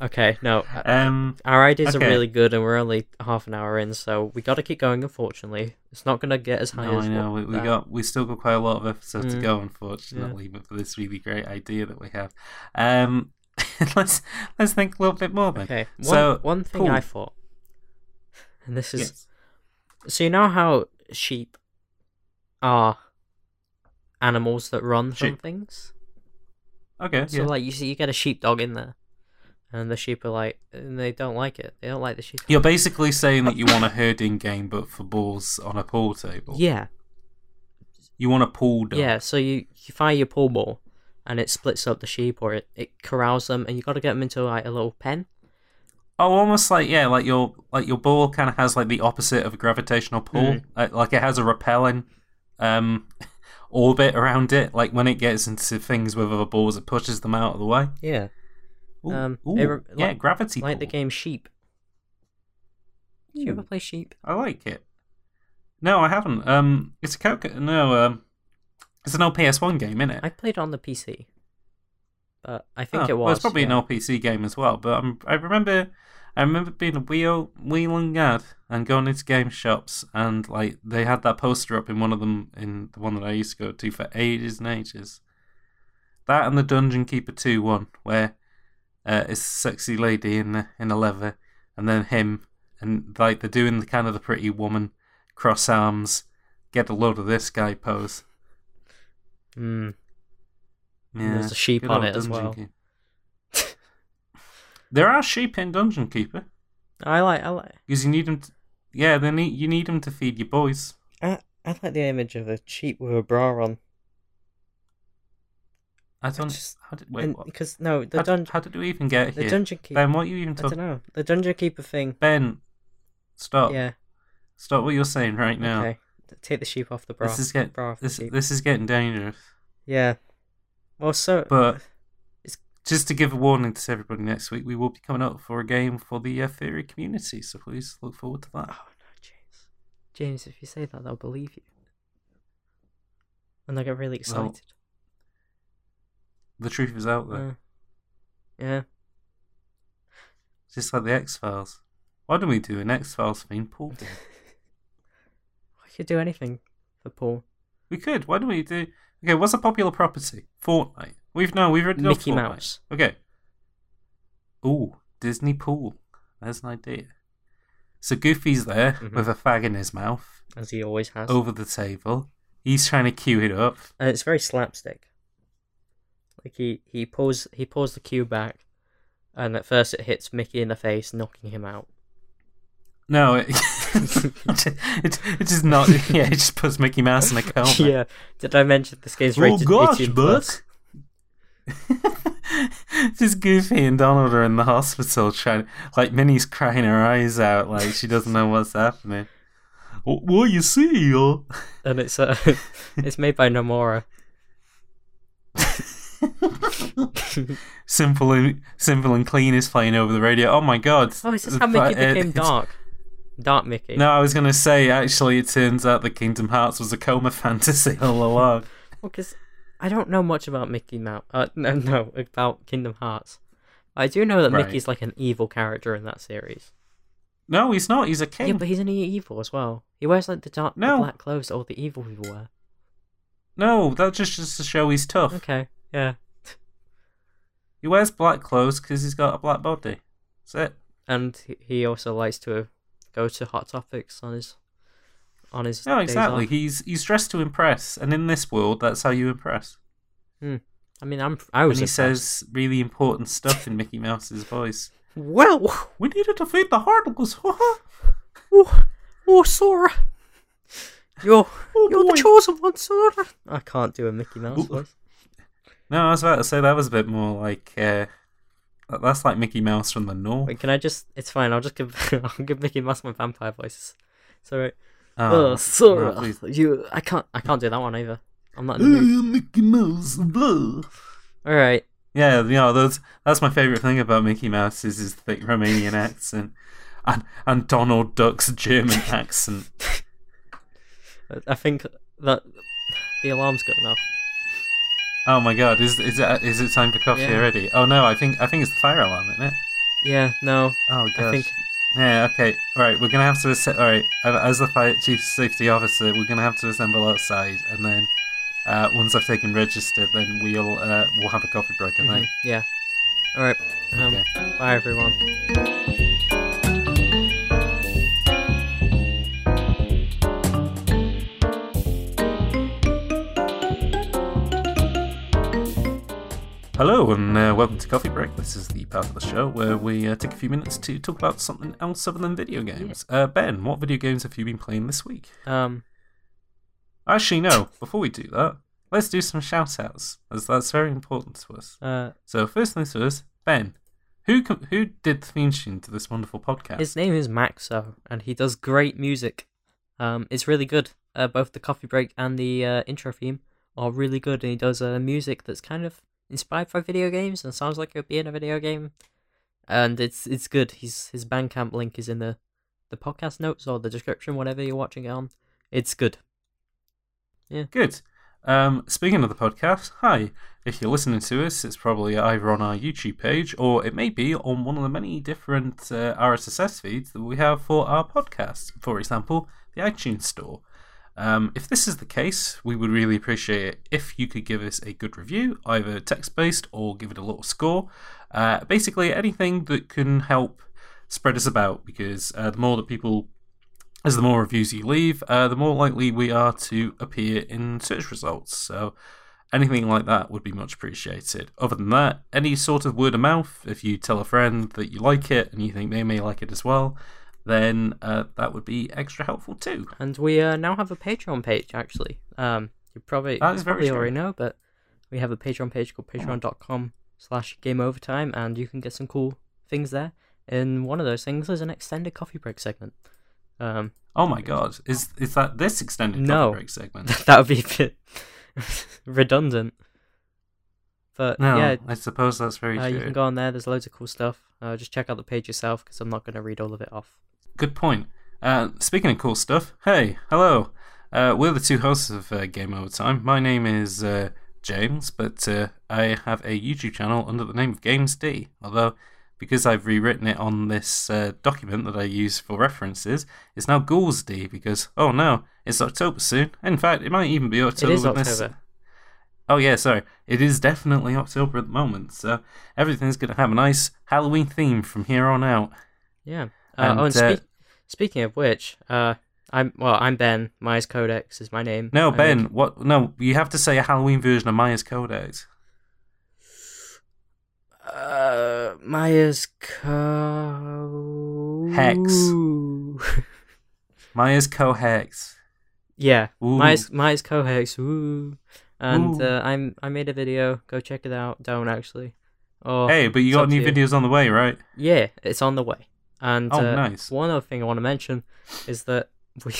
A: Okay, no, uh,
B: Um,
A: our ideas
B: Okay.
A: are really good, and we're only half an hour in, so we got to keep going. Unfortunately, it's not gonna get as high
B: no,
A: as
B: I know we, we
A: that.
B: got we still got quite a lot of episodes to
A: Mm.
B: go, unfortunately, but for this really great idea that we have, um, [laughs] let's let's think a little bit more then.
A: Okay, one,
B: So,
A: one thing
B: Paul-
A: I thought, and this is
B: Yes.
A: so you know how sheep are animals that run from
B: Sheep.
A: things.
B: Okay.
A: So
B: yeah.
A: like you see, you get a sheepdog in there, and the sheep are like, and they don't like it. They don't like the sheep.
B: You're basically saying that you want a herding game, but for balls on a pool table.
A: Yeah,
B: You want a pool dog.
A: Oh, yeah. So you you fire your pool ball, and it splits up the sheep, or it it corrals them, and you got to get them into like a little pen.
B: Oh, almost like yeah, like your like your ball kind of has like the opposite of a gravitational pull.
A: Mm.
B: Like, like it has a repelling um [laughs] orbit around it. Like when it gets into things with other balls, it pushes them out of the way.
A: Yeah,
B: Ooh,
A: Um,
B: ooh,
A: it re-
B: yeah,
A: like-
B: gravity.
A: like the
B: pull.
A: game Sheep. Do you ever
B: Ooh,
A: play Sheep?
B: I like it. No, I haven't. Um, it's a coca. No, um, it's an old PS1 game, isn't it?
A: I played it on the PC, but I think
B: Oh,
A: it was.
B: Well, it's probably
A: yeah.
B: an old PC game as well, but I'm, I remember, I remember being a wheel wheeling lad and going into game shops and like they had that poster up in one of them in the one that I used to go to for ages and ages. That and the Dungeon Keeper Two one where uh, it's a sexy lady in a- in a leather and then him and like they're doing the kind of the pretty woman cross arms get a load of this guy pose.
A: Mm,
B: Yeah.
A: There's a sheep
B: Good
A: on
B: old
A: it as
B: Dungeon
A: well.
B: Keeper. there are sheep in Dungeon Keeper
A: I like I like
B: because you need them. To, yeah, they need you need them to feed your boys.
A: I, I like the image of a sheep with a bra on.
B: I don't.
A: just-
B: how did, wait, what?
A: Because no, the
B: How,
A: dungeon
B: how did we even get
A: the
B: here?
A: dungeon keeper.
B: ben, what are you even
A: I don't
B: talking?
A: know the dungeon keeper thing.
B: Ben, stop.
A: Yeah.
B: Stop what you're saying right now.
A: Okay. T- Take the sheep off the bra.
B: This is get
A: bra off
B: this
A: the sheep.
B: this is getting dangerous.
A: Yeah. Well, so
B: But
A: [laughs] It's-
B: just to give a warning to everybody, next week we will be coming up for a game for the uh, theory community. So please look forward to
A: oh
B: that.
A: no, James. James, if you say that, they'll believe you. And I get really
B: Well,
A: excited.
B: The truth is out there.
A: Uh, yeah.
B: Just like the X Files. Why don't we do an X Files theme pool?
A: [laughs]
B: game?
A: I could do anything for Paul.
B: we could. Why don't we do? Okay, what's a popular property? Fortnite. We've no, we've already done
A: Mickey
B: Fortnite.
A: Mouse.
B: Okay. Ooh, Disney pool. There's an idea. So Goofy's there
A: Mhm.
B: with a fag in his mouth
A: As he always has.
B: over the table. He's trying to cue it up.
A: and it's very slapstick. Like he he pulls he pulls the cue back, and at first it hits Mickey in the face, knocking him out.
B: No,
A: [laughs]
B: it, [laughs] it, it is not. Yeah, it just puts Mickey Mouse in
A: [laughs]
B: a coma.
A: yeah, did I mention this
B: Oh,
A: game's rated 18 plus?
B: [laughs] Just Goofy and Donald are in the hospital trying, like Minnie's crying her eyes out, like she doesn't know what's happening. "Oh, What you see? uh,
A: and it's uh, [laughs] it's made by Nomura.
B: Simple and simple and clean is playing over the radio. Oh my god!
A: Oh, is
B: [laughs]
A: this how Mickey
B: But, uh,
A: became
B: it's-
A: dark? Dark Mickey.
B: No, I was gonna say actually, it turns out that Kingdom Hearts was a coma [laughs] fantasy all along.
A: because I don't know much about Mickey Mouse. Uh, [laughs] no, no, about Kingdom Hearts. I do know that
B: Right.
A: Mickey's like an evil character in that series.
B: no, he's not. He's a king.
A: Yeah, but he's an e- evil as well. He wears like the dark, the
B: No.
A: black clothes that all the evil people wear.
B: No, that's just just to show he's tough.
A: Okay, yeah,
B: He wears black clothes because he's got a black body. That's it.
A: and he- he also likes to go to hot topics on his on his.
B: No,
A: days
B: Oh, exactly.
A: off.
B: He's he's dressed to impress, and in this world, that's how you impress.
A: Hmm. I mean, I'm. I was.
B: and he
A: impressed.
B: says really important stuff in Mickey Mouse's voice.
A: "Well,
B: [laughs]
A: [laughs]
B: We need to defeat the [laughs] Hardles.
A: oh, oh, Sora, you're
B: Oh,
A: you're
B: boy.
A: the chosen one, Sora." I can't do a Mickey Mouse
B: Oop.
A: voice.
B: no, I was about to say that was a bit more like uh, that- that's like Mickey Mouse from the North.
A: Wait, can I just? It's fine. I'll just give. [laughs] I'll give Mickey Mouse my vampire voices. So,
B: Ah,
A: oh, Sora,
B: no, please.
A: you. I can't. I can't do that one either. I'm not. In the
B: [gasps]
A: mood.
B: Uh, Mickey Mouse. Blah.
A: All right.
B: Yeah, you know, that's that's my favorite thing about Mickey Mouse is his thick Romanian [laughs] accent and and Donald Duck's German [laughs] accent.
A: I think that the alarm's going off.
B: Oh my god, is is it, is it time for coffee
A: Yeah.
B: already? Oh no, I think I think it's the fire alarm, isn't it?
A: Yeah. No.
B: Oh gosh.
A: I think.
B: Yeah. Okay. All right. We're gonna have to. Ass- all right. As the fire chief safety officer, we're gonna have to assemble outside, and then uh, once I've taken register, then we'll uh, we'll have a coffee break, and
A: mhm,
B: then
A: Yeah. All right. Um,
B: Okay.
A: Bye, everyone.
B: Hello and uh, welcome to Coffee Break. This is the part of the show where we uh, take a few minutes to talk about something else other than video games. Uh, ben, what video games have you been playing this week?
A: Um.
B: Actually, no. Before we do that, let's do some shout outs, as that's very important to us.
A: Uh.
B: So, first things first, Ben, who co- who did the theme tune to this wonderful podcast?
A: His name is Maxo, and he does great music. Um, it's really good. Uh, both the coffee break and the uh, intro theme are really good, and he does uh, music that's kind of inspired by video games and sounds like it would be in a video game. And it's it's good. He's his Bandcamp link is in the the podcast notes or the description, whatever you're watching it on. It's good.
B: Good. Um, speaking of the podcast, hi. If you're listening to us, it's probably either on our YouTube page or it may be on one of the many different uh, RSS feeds that we have for our podcast. For example, the iTunes Store. Um, if this is the case, we would really appreciate it if you could give us a good review, either text based or give it a little score. Uh, basically, anything that can help spread us about because uh, the more that people as the more reviews you leave, uh, the more likely we are to appear in search results. So anything like that would be much appreciated. Other than that, any sort of word of mouth, if you tell a friend that you like it and you think they may like it as well, then uh, that would be extra helpful too.
A: And we uh, now have a Patreon page, actually. Um, you probably
B: That is
A: you
B: very
A: probably
B: true.
A: already know, but we have a Patreon page called patreon.com slash gameovertime, and you can get some cool things there. And one of those things is an extended coffee break segment. Um, [laughs]
B: Oh my god, is is that this extended
A: No.
B: coffee
A: [laughs]
B: break segment?
A: that would be a bit redundant. But
B: No,
A: yeah,
B: I suppose that's very
A: uh,
B: true.
A: you can go on there. There's loads of cool stuff. Uh, just check out the page yourself, because I'm not going to read all of it off.
B: Good point. Uh, speaking of cool stuff, hey, hello. Uh, we're the two hosts of uh, Game Over Time. My name is uh, James, but uh, I have a YouTube channel under the name of Games D. Although, because I've rewritten it on this uh, document that I use for references, it's now Ghouls D because, oh no, it's October soon. In fact, it might even be October.
A: is
B: when this-
A: October.
B: Oh yeah, sorry. It is definitely October at the moment, so everything's going to have a nice Halloween theme from here on out.
A: Yeah. Uh,
B: And,
A: oh, and
B: uh,
A: speak speaking of which, uh, I'm well. I'm Ben. Myers Codex is my name.
B: No,
A: I make-
B: Ben, what? No, you have to say a Halloween version of Myers Codex.
A: uh, Myers Co.
B: Hex. Myers Cohex.
A: yeah,
B: Ooh.
A: Myers Myers Codex. Ooh. And
B: Ooh.
A: uh, I'm I made a video. Go check it out. Don't actually. Oh,
B: hey, but you
A: it's
B: got
A: up
B: new
A: to you.
B: videos on the way, right?
A: Yeah, it's on the way. And
B: Oh,
A: uh,
B: nice.
A: one other thing I want to mention is that we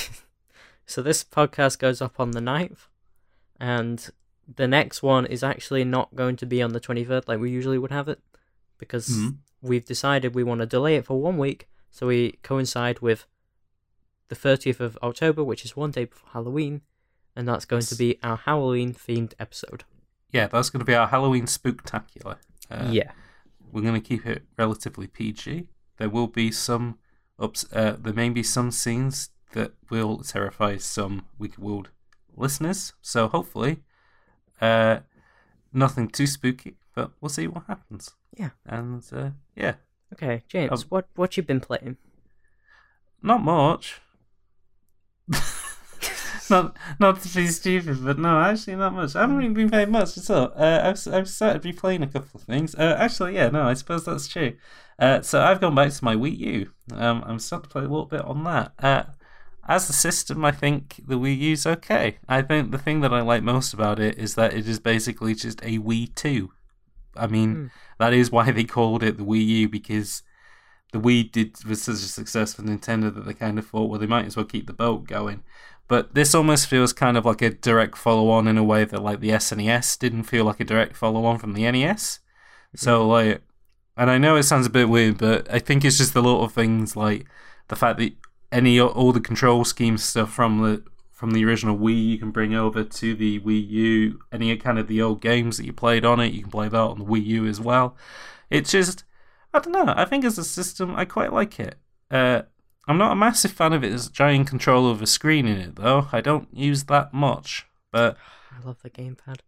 A: [laughs] So this podcast goes up on the 9th, and the next one is actually not going to be on the 23rd like we usually would have it, because
B: Mhm.
A: we've decided we want to delay it for one week so we coincide with the 30th of October, which is one day before Halloween, and that's going to
B: Yes.
A: be our Halloween themed episode.
B: Yeah, that's going to be our Halloween spooktacular. Uh,
A: yeah.
B: We're going to keep it relatively PG. There will be some ups. Uh, there may be some scenes that will terrify some Wicked World listeners. So hopefully, uh, nothing too spooky. But we'll see what happens.
A: Yeah.
B: And uh, yeah,
A: Okay, James,
B: Um,
A: what what you been playing?
B: not much. not not to be stupid, but no, actually not much. I haven't really been playing much at all. Uh, I've I've started replaying a couple of things. Uh, actually, yeah, no, I suppose that's true. Uh, so I've gone back to my Wii U. Um, I'm starting to play a little bit on that. Uh, as a system, I think the Wii U's okay. I think the thing that I like most about it is that it is basically just a Wii Two. I mean,
A: Hmm.
B: that is why they called it the Wii U because the Wii did was such a success for Nintendo that they kind of thought, well, they might as well keep the boat going. But this almost feels kind of like a direct follow on in a way that like the SNES didn't feel like a direct follow on from the NES. So like, and I know it sounds a bit weird, but I think it's just the little things like the fact that any all the control scheme stuff from the from the original Wii you can bring over to the Wii U. Any kind of the old games that you played on it, you can play that on the Wii U as well. It's just I don't know. I think as a system, I quite like it. Uh, I'm not a massive fan of it as a giant control over screen in it though. I don't use that much. But
A: I love the gamepad.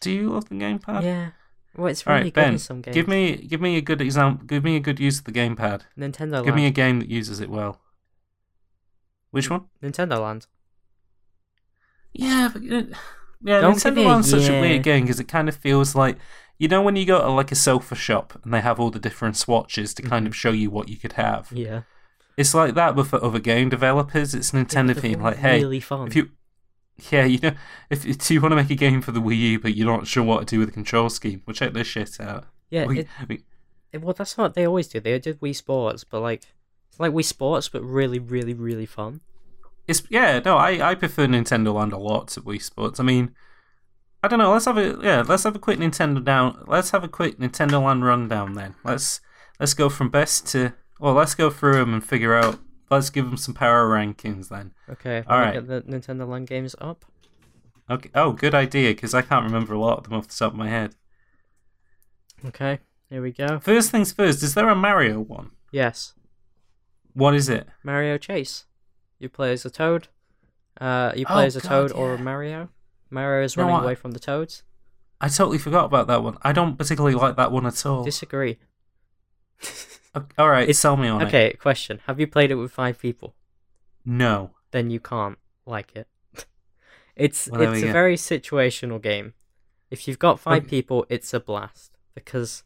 B: do you love the gamepad?
A: yeah. Well, it's
B: uh, All
A: really
B: right,
A: good
B: Ben.
A: in some games.
B: Give me give me a good example. Give me a good use of the gamepad.
A: Nintendo Land.
B: Give me a game that uses it well. Which one?
A: Nintendo Land.
B: Yeah, but, uh, yeah.
A: Don't give me
B: Nintendo
A: a
B: Land's such a
A: yeah.
B: weird game because it kind of feels like you know when you go to like a sofa shop and they have all the different swatches to
A: Mm-hmm.
B: kind of show you what you could have.
A: Yeah.
B: It's like that, but for other game developers, it's Nintendo
A: They're
B: being
A: all
B: like, hey,
A: really fun.
B: if you yeah, you know, if, if you want to make a game for the Wii U, but you're not sure what to do with the control scheme, well, check this shit out.
A: Yeah,
B: We-
A: it-
B: we-
A: it- well, that's what they always do. They did Wii Sports, but like, it's like Wii Sports, but really, really, really fun.
B: It's yeah, no, I, I prefer Nintendo Land a lot to Wii Sports. I mean, I don't know. Let's have a yeah, let's have a quick Nintendo down. Let's have a quick Nintendo Land rundown then. Let's let's go from best to well, let's go through them and figure out. Let's give them some power rankings then.
A: Okay.
B: All
A: All
B: right.
A: right. Get the Nintendo Land games up.
B: Okay. Oh, good idea because I can't remember a lot of them off the top of my head.
A: Okay. Here we go.
B: First things first. Is there a Mario one?
A: Yes.
B: What is it?
A: Mario Chase. You play as a Toad. Uh, you play
B: Oh,
A: as a
B: God,
A: Toad or a
B: yeah.
A: Mario. Mario is
B: You know
A: running
B: what?
A: away from the Toads.
B: I totally forgot about that one. I don't particularly like that one at all.
A: Disagree.
B: O- all right,
A: It's-
B: sell me on it.
A: Okay. Question: Have you played it with five people?
B: No.
A: Then you can't like it. [laughs] it's
B: Well, there
A: it's
B: we
A: a
B: go.
A: very situational game. If you've got five
B: Okay.
A: people, it's a blast because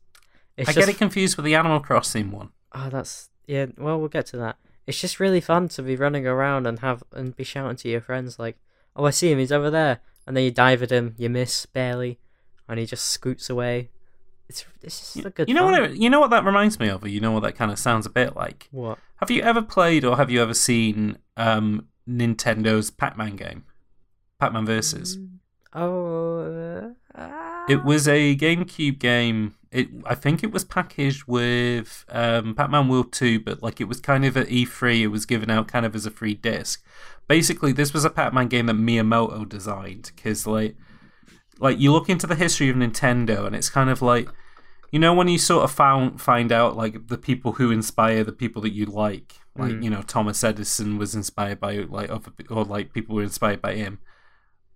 A: it's
B: I
A: just
B: get it confused with the Animal Crossing one.
A: Oh, that's yeah. Well, we'll get to that. It's just really fun to be running around and have and be shouting to your friends like, "Oh, I see him. He's over there!" And then you dive at him, you miss barely, and he just scoots away. It's it's just a good.
B: you know
A: fun.
B: what? It, you know what that reminds me of. Or you know what that kind of sounds a bit like.
A: What?
B: Have you ever played or have you ever seen um, Nintendo's Pac-Man game, Pac-Man Versus?
A: Mm, Oh. Uh,
B: It was a GameCube game. It I think it was packaged with um, Pac-Man World Two, but like it was kind of at E3. It was given out kind of as a free disc. Basically, this was a Pac-Man game that Miyamoto designed because like like you look into the history of Nintendo, and it's kind of like you know when you sort of found find out like the people who inspire the people that you like. Like
A: Mm.
B: you know Thomas Edison was inspired by like other pe- or like people were inspired by him.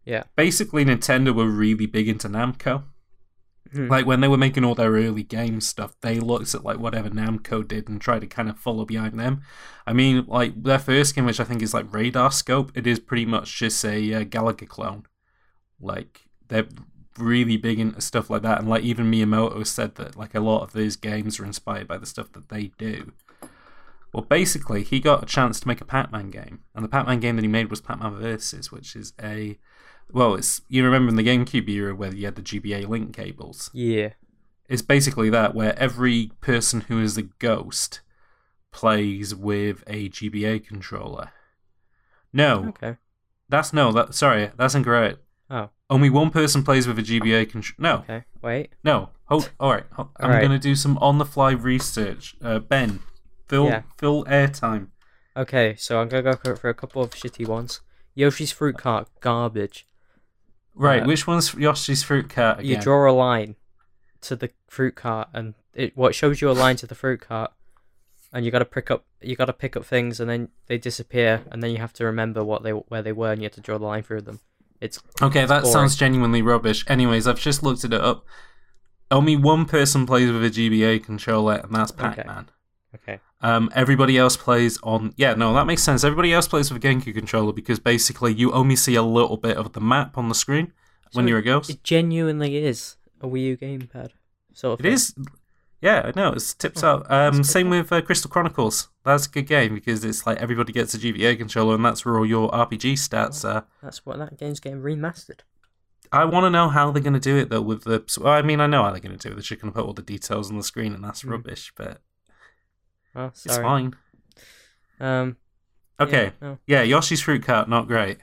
A: Yeah.
B: Basically, Nintendo were really big into Namco.
A: Hmm.
B: Like when they were making all their early game stuff, they looked at like whatever Namco did and tried to kind of follow behind them. I mean, like their first game, which I think is like Radar Scope, it is pretty much just a uh, Galaga clone. Like they're really big into stuff like that, and like even Miyamoto said that like a lot of these games are inspired by the stuff that they do. Well, basically, he got a chance to make a Pac-Man game, and the Pac-Man game that he made was Pac-Man Versus, which is a well, it's you remember in the GameCube era where you had the GBA link cables
A: ah. Yeah.
B: it's basically that where every person who is a ghost plays with a GBA controller. No,
A: Okay.
B: That's no. That sorry, that's incorrect.
A: Oh.
B: Only one person plays with a GBA control. No,
A: Okay, wait.
B: no. Hold. All right. ho- I'm
A: Alright.
B: gonna do some on-the-fly research. Uh, ben, fill
A: Yeah.
B: fill airtime.
A: Okay, so I'm gonna go co- for a couple of shitty ones. Yoshi's Fruit
B: Uh,
A: Cart, garbage.
B: Right.
A: Uh,
B: which one's Yoshi's fruit cat again?
A: You draw a line to the fruit cart, and it what shows you a line to the fruit cart, and you gotta pick up you gotta pick up things, and then they disappear, and then you have to remember what they where they were, and you have to draw the line through them. It's
B: Okay, that
A: Boring.
B: sounds genuinely rubbish. Anyways, I've just looked it up. Only one person plays with a GBA controller, and that's
A: Okay.
B: Pac Man.
A: okay.
B: Um, everybody else plays on. Yeah, no, that makes sense. Everybody else plays with a GameCube controller because basically you only see a little bit of the map on the screen when
A: So
B: you're a ghost.
A: It genuinely is a Wii U gamepad. Sort of
B: it is. Yeah, no, it's tips
A: Oh,
B: up. Um,
A: that's good.
B: same with uh, Crystal Chronicles. That's a good game because it's like everybody gets a GBA controller, and that's where all your RPG stats are.
A: That's what that game's getting remastered.
B: I want to know how they're going to do it though. With the, so, I mean, I know how they're going to do it. They're just going to put all the details on the screen, and that's
A: Mm.
B: rubbish. But
A: Oh,
B: it's
A: sorry.
B: fine.
A: Um. yeah,
B: Okay,
A: no.
B: yeah, Yoshi's Fruit Cart, not great.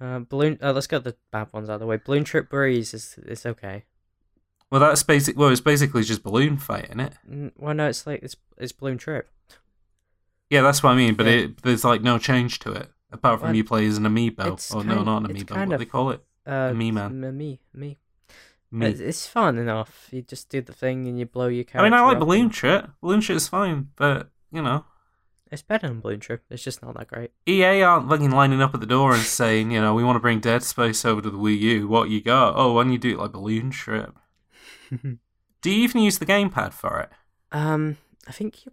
A: Uh, balloon. Uh, let's get the bad ones out of the way. Balloon Trip Breeze is is okay.
B: Well, that's basic. Well, it's basically just balloon fight, is it?
A: N- Well, no, it's like it's it's Balloon Trip.
B: Yeah, that's what I mean. But
A: Yeah.
B: it, there's like no change to it apart from
A: Well,
B: you play as an amiibo,
A: it's
B: or no,
A: kind-
B: not an
A: it's
B: amiibo. What
A: kind
B: do
A: of
B: they call it?
A: Uh,
B: Me, man.
A: m- Me, me.
B: Me.
A: It's, it's fun enough. You just do the thing and you blow your
B: I
A: character.
B: mean, I like
A: up
B: balloon
A: and-
B: shit. Balloon shit is fine, but you know,
A: It's better than Balloon Trip. It's just not that
B: [laughs]
A: great.
B: EA aren't fucking lining up at the door and saying, you know, we want to bring Dead Space over to the Wii U. What you got? Oh, why don't you do it like balloon shit? Do you even use the gamepad for it?
A: um, I think you.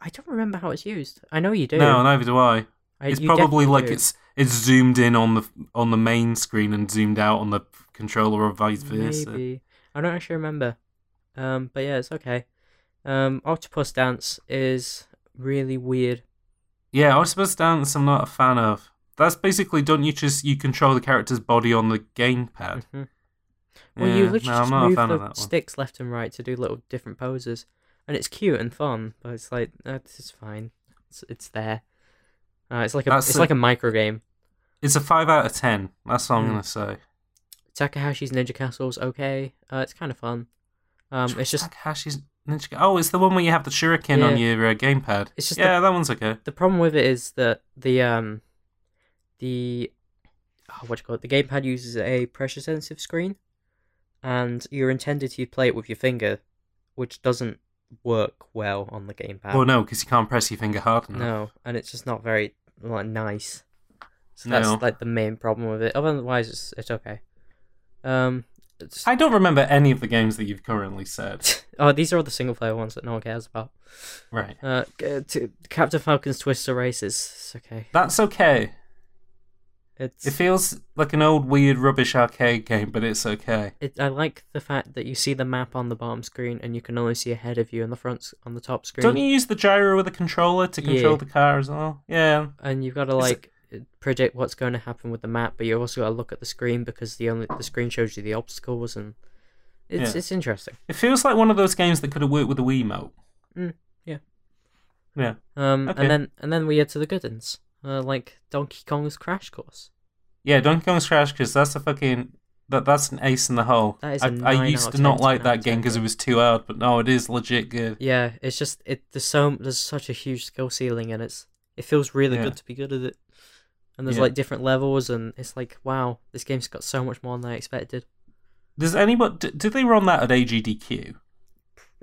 A: I don't remember how it's used. I know you do.
B: No, neither do I.
A: I,
B: It's
A: you
B: probably
A: definitely
B: like
A: do.
B: it's it's zoomed in on the on the main screen and zoomed out on the controller or vice versa.
A: Maybe. I don't actually remember. Um, but yeah, it's okay. Um, Octopus Dance is really weird.
B: Yeah, Octopus Dance I'm not a fan of. That's basically don't you just you control the character's body on the gamepad.
A: Mhm. Well, you
B: Yeah,
A: literally
B: no,
A: just
B: I'm not a
A: move
B: fan of that
A: the
B: one.
A: sticks left and right to do little different poses, and it's cute and fun. But it's like uh, this is fine. It's it's there. Uh, it's like a
B: That's
A: it's
B: a-
A: like a micro game.
B: It's a five out of ten. That's what I'm
A: Mm.
B: gonna say.
A: Takahashi's Ninja Castle's okay. Uh, it's kind of fun. Um, it's just
B: Takahashi's Ninja. Ga- Oh, it's the one where you have the shuriken on
A: Yeah.
B: your uh, gamepad.
A: It's just
B: yeah, that one's okay.
A: the problem with it is that the um the oh, what do you call it the gamepad uses a pressure sensitive screen and you're intended to play it with your finger which doesn't work well on the gamepad
B: Well, no, because you can't press your finger hard enough.
A: Um, no and it's just not very like nice so
B: No.
A: that's like the main problem with it otherwise it's it's okay um it's-
B: I don't remember any of the games that you've currently said.
A: [laughs] oh these are all the single player ones that no one cares about
B: Right.
A: uh g- to, captain falcon's twister races it's okay
B: That's okay.
A: it's
B: It feels like an old weird rubbish arcade game, but it's okay.
A: It, I like the fact that you see the map on the bottom screen and you can only see ahead of you on the front s- on the top screen.
B: Don't you use the gyro with the controller to control
A: Yeah.
B: the car as well? Yeah.
A: And you've got to
B: It's-
A: like predict what's going to happen with the map, but you also got to look at the screen because the only the screen shows you the obstacles and it's
B: Yeah.
A: it's interesting.
B: It feels like one of those games that could have worked with a Wiimote.
A: Mm, yeah.
B: Yeah.
A: Um,
B: Okay.
A: and then and then we get to the good ones, uh, like Donkey Kong's Crash Course.
B: Yeah, Donkey Kong's Crash because that's a fucking that that's an ace in the hole.
A: That is a
B: I, I
A: nine
B: used
A: out
B: to
A: of
B: not
A: 10, 10
B: like
A: out
B: that
A: of
B: game
A: 10,
B: because it
A: yeah.
B: was too hard, but no, it is legit good.
A: Yeah, it's just it there's so there's such a huge skill ceiling and it's it feels really
B: Yeah.
A: good to be good at it. And there's
B: Yeah.
A: like different levels and it's like wow, this game's got so much more than I expected.
B: Does anybody d- did they run that at AGDQ?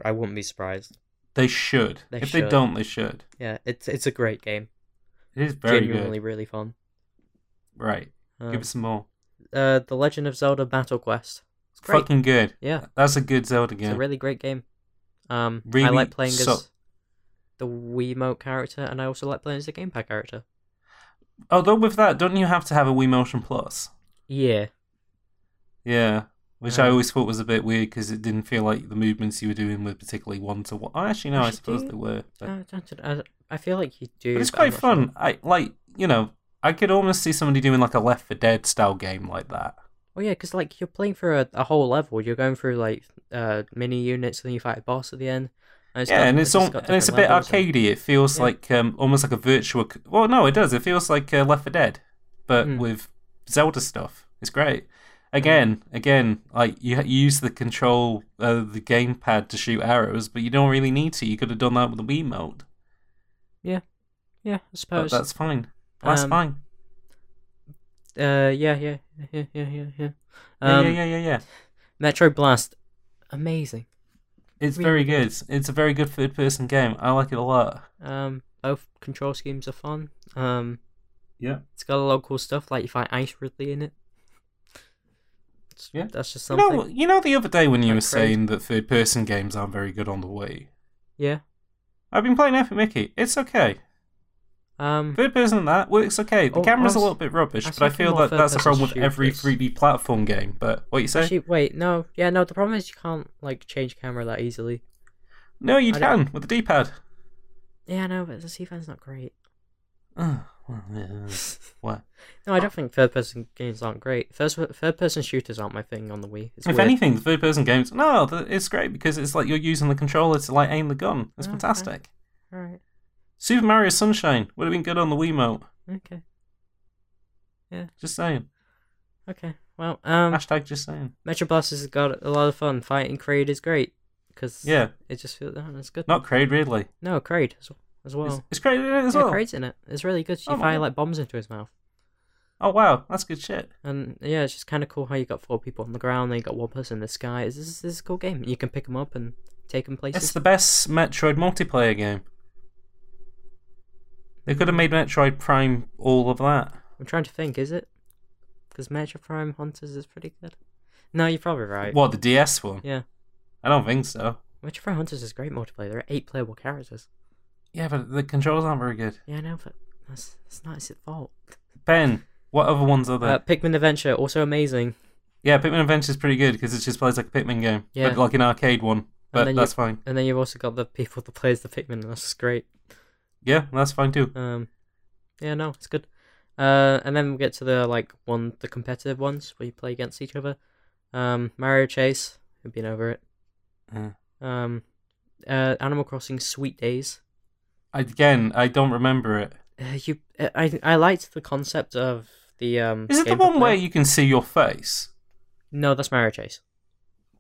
A: I wouldn't be surprised.
B: They should.
A: They
B: if they
A: should.
B: don't, they should.
A: Yeah, it's it's a great game.
B: It is very
A: Genuinely
B: good.
A: really fun.
B: Right,
A: Um,
B: give us some more.
A: uh, the Legend of Zelda Battle Quest. It's great.
B: Fucking good.
A: yeah,
B: That's a good Zelda
A: it's
B: game.
A: a really great game. Um, I
B: Really
A: like playing
B: so-
A: as the Wiimote character, and I also like playing as the gamepad character.
B: Although Oh, with that, don't you have to have a Wii Motion Plus?
A: Yeah,
B: Yeah, which I
A: Um,
B: always thought was a bit weird because it didn't feel like the movements you were doing were particularly one to one. Actually, no, I
A: Actually,
B: suppose
A: do-
B: they were. But...
A: I, don't, I, I feel like you do.
B: But it's
A: I'm
B: quite
A: not sure.
B: fun. I like, you know, I could almost see somebody doing like a Left for Dead style game like that.
A: Oh yeah, because like you're playing for a, a whole level. You're going through like uh mini units, and then you fight a boss at the end. And
B: yeah,
A: got-
B: and it's
A: just
B: all,
A: got
B: and it's a
A: different
B: bit
A: levels and-
B: arcadey. It feels
A: Yeah.
B: like um, almost like a virtual. c- Well, no, it does. It feels like uh, Left for Dead, but
A: Hmm.
B: with Zelda stuff, it's great. Again, again, like you, you use the control, uh, the gamepad to shoot arrows, but you don't really need to. You could have done that with the Wii mode,
A: Yeah, I
B: but
A: suppose.
B: that's fine. That's
A: Um,
B: fine.
A: Uh, yeah, yeah, yeah, yeah, yeah, yeah.
B: Yeah,
A: Um,
B: yeah, yeah, yeah, yeah.
A: Metro Blast, amazing.
B: It's
A: we-
B: very good. It's a very good third-person game. I like it a lot.
A: Um, both control schemes are fun. Um,
B: Yeah.
A: it's got a lot of cool stuff. Like you fight Ice Ridley in it. It's-
B: Yeah.
A: that's just
B: You
A: something.
B: know, you know, the other day when you
A: Like
B: were
A: crazy.
B: saying that third-person games aren't very good on the Wii,
A: Yeah.
B: I've been playing Epic Mickey. It's okay.
A: Um,
B: Third person, that works okay. The
A: Oh,
B: camera's
A: I
B: a
A: was-
B: little bit rubbish,
A: I was
B: but I
A: thinking
B: feel
A: more
B: that that's a
A: third-person
B: problem with every
A: shooters.
B: 3D platform game. But what you say?
A: actually, wait, no, yeah, no. The problem is you can't like change camera that easily.
B: no, you
A: I
B: can
A: don't-
B: with the
A: [sighs]
B: D-pad.
A: Yeah, no, but the C fan's not great.
B: Ugh, well, yeah, what?
A: No, I don't think third person games aren't great. First third person shooters aren't my thing on the Wii. It's
B: If
A: weird.
B: anything, the third person games. No, th- it's great because it's like you're using the controller to like aim the gun. It's
A: Okay.
B: fantastic.
A: Alright,
B: Super Mario Sunshine would have been good on the Wiimote.
A: okay,
B: Just saying.
A: okay. Well, um,
B: Hashtag just saying.
A: Metro Blast has got a lot of fun. Fighting Kraid is great because
B: Yeah,
A: it just feels oh, that's good.
B: not Craig Ridley.
A: No, Kraid as, as well.
B: It's, it's Craig in it as
A: yeah,
B: well.
A: Kraid's in it. It's really good. You
B: Oh, my
A: fire
B: God.
A: like bombs into his mouth,
B: Oh wow, that's good shit.
A: and yeah, it's just kind of cool how you got four people on the ground, then you got one person in the sky. It's- This is this is a cool game. You can pick them up and take them places.
B: It's the best Metroid multiplayer game. They could have made Metroid Prime all of that.
A: I'm trying to think, is it? Because Metro Prime Hunters is pretty good. No, you're probably right.
B: What, the DS one?
A: Yeah,
B: I don't think so.
A: Metro Prime Hunters is great multiplayer. There are eight playable characters.
B: Yeah, but the controls aren't very good.
A: Yeah, I know, but that's that's not his fault.
B: Ben, what other ones are there?
A: Uh, Pikmin Adventure also amazing.
B: yeah, Pikmin Adventure is pretty good because it just plays like a Pikmin game,
A: Yeah.
B: but like an arcade one. But
A: then
B: that's
A: you-
B: fine.
A: And then you've also got the people that plays the Pikmin, and that's just great.
B: Yeah, that's fine too.
A: Um, yeah, no, it's good. Uh, and then we get to the like one, the competitive ones where you play against each other. Um, Mario Chase, we've been over it.
B: Uh,
A: Um, uh, Animal Crossing Sweet Days.
B: again, I don't remember it.
A: Uh, you, uh, I, I liked the concept of the um.
B: Is it the
A: game for
B: one where
A: player-
B: you can see your face?
A: No, that's Mario Chase.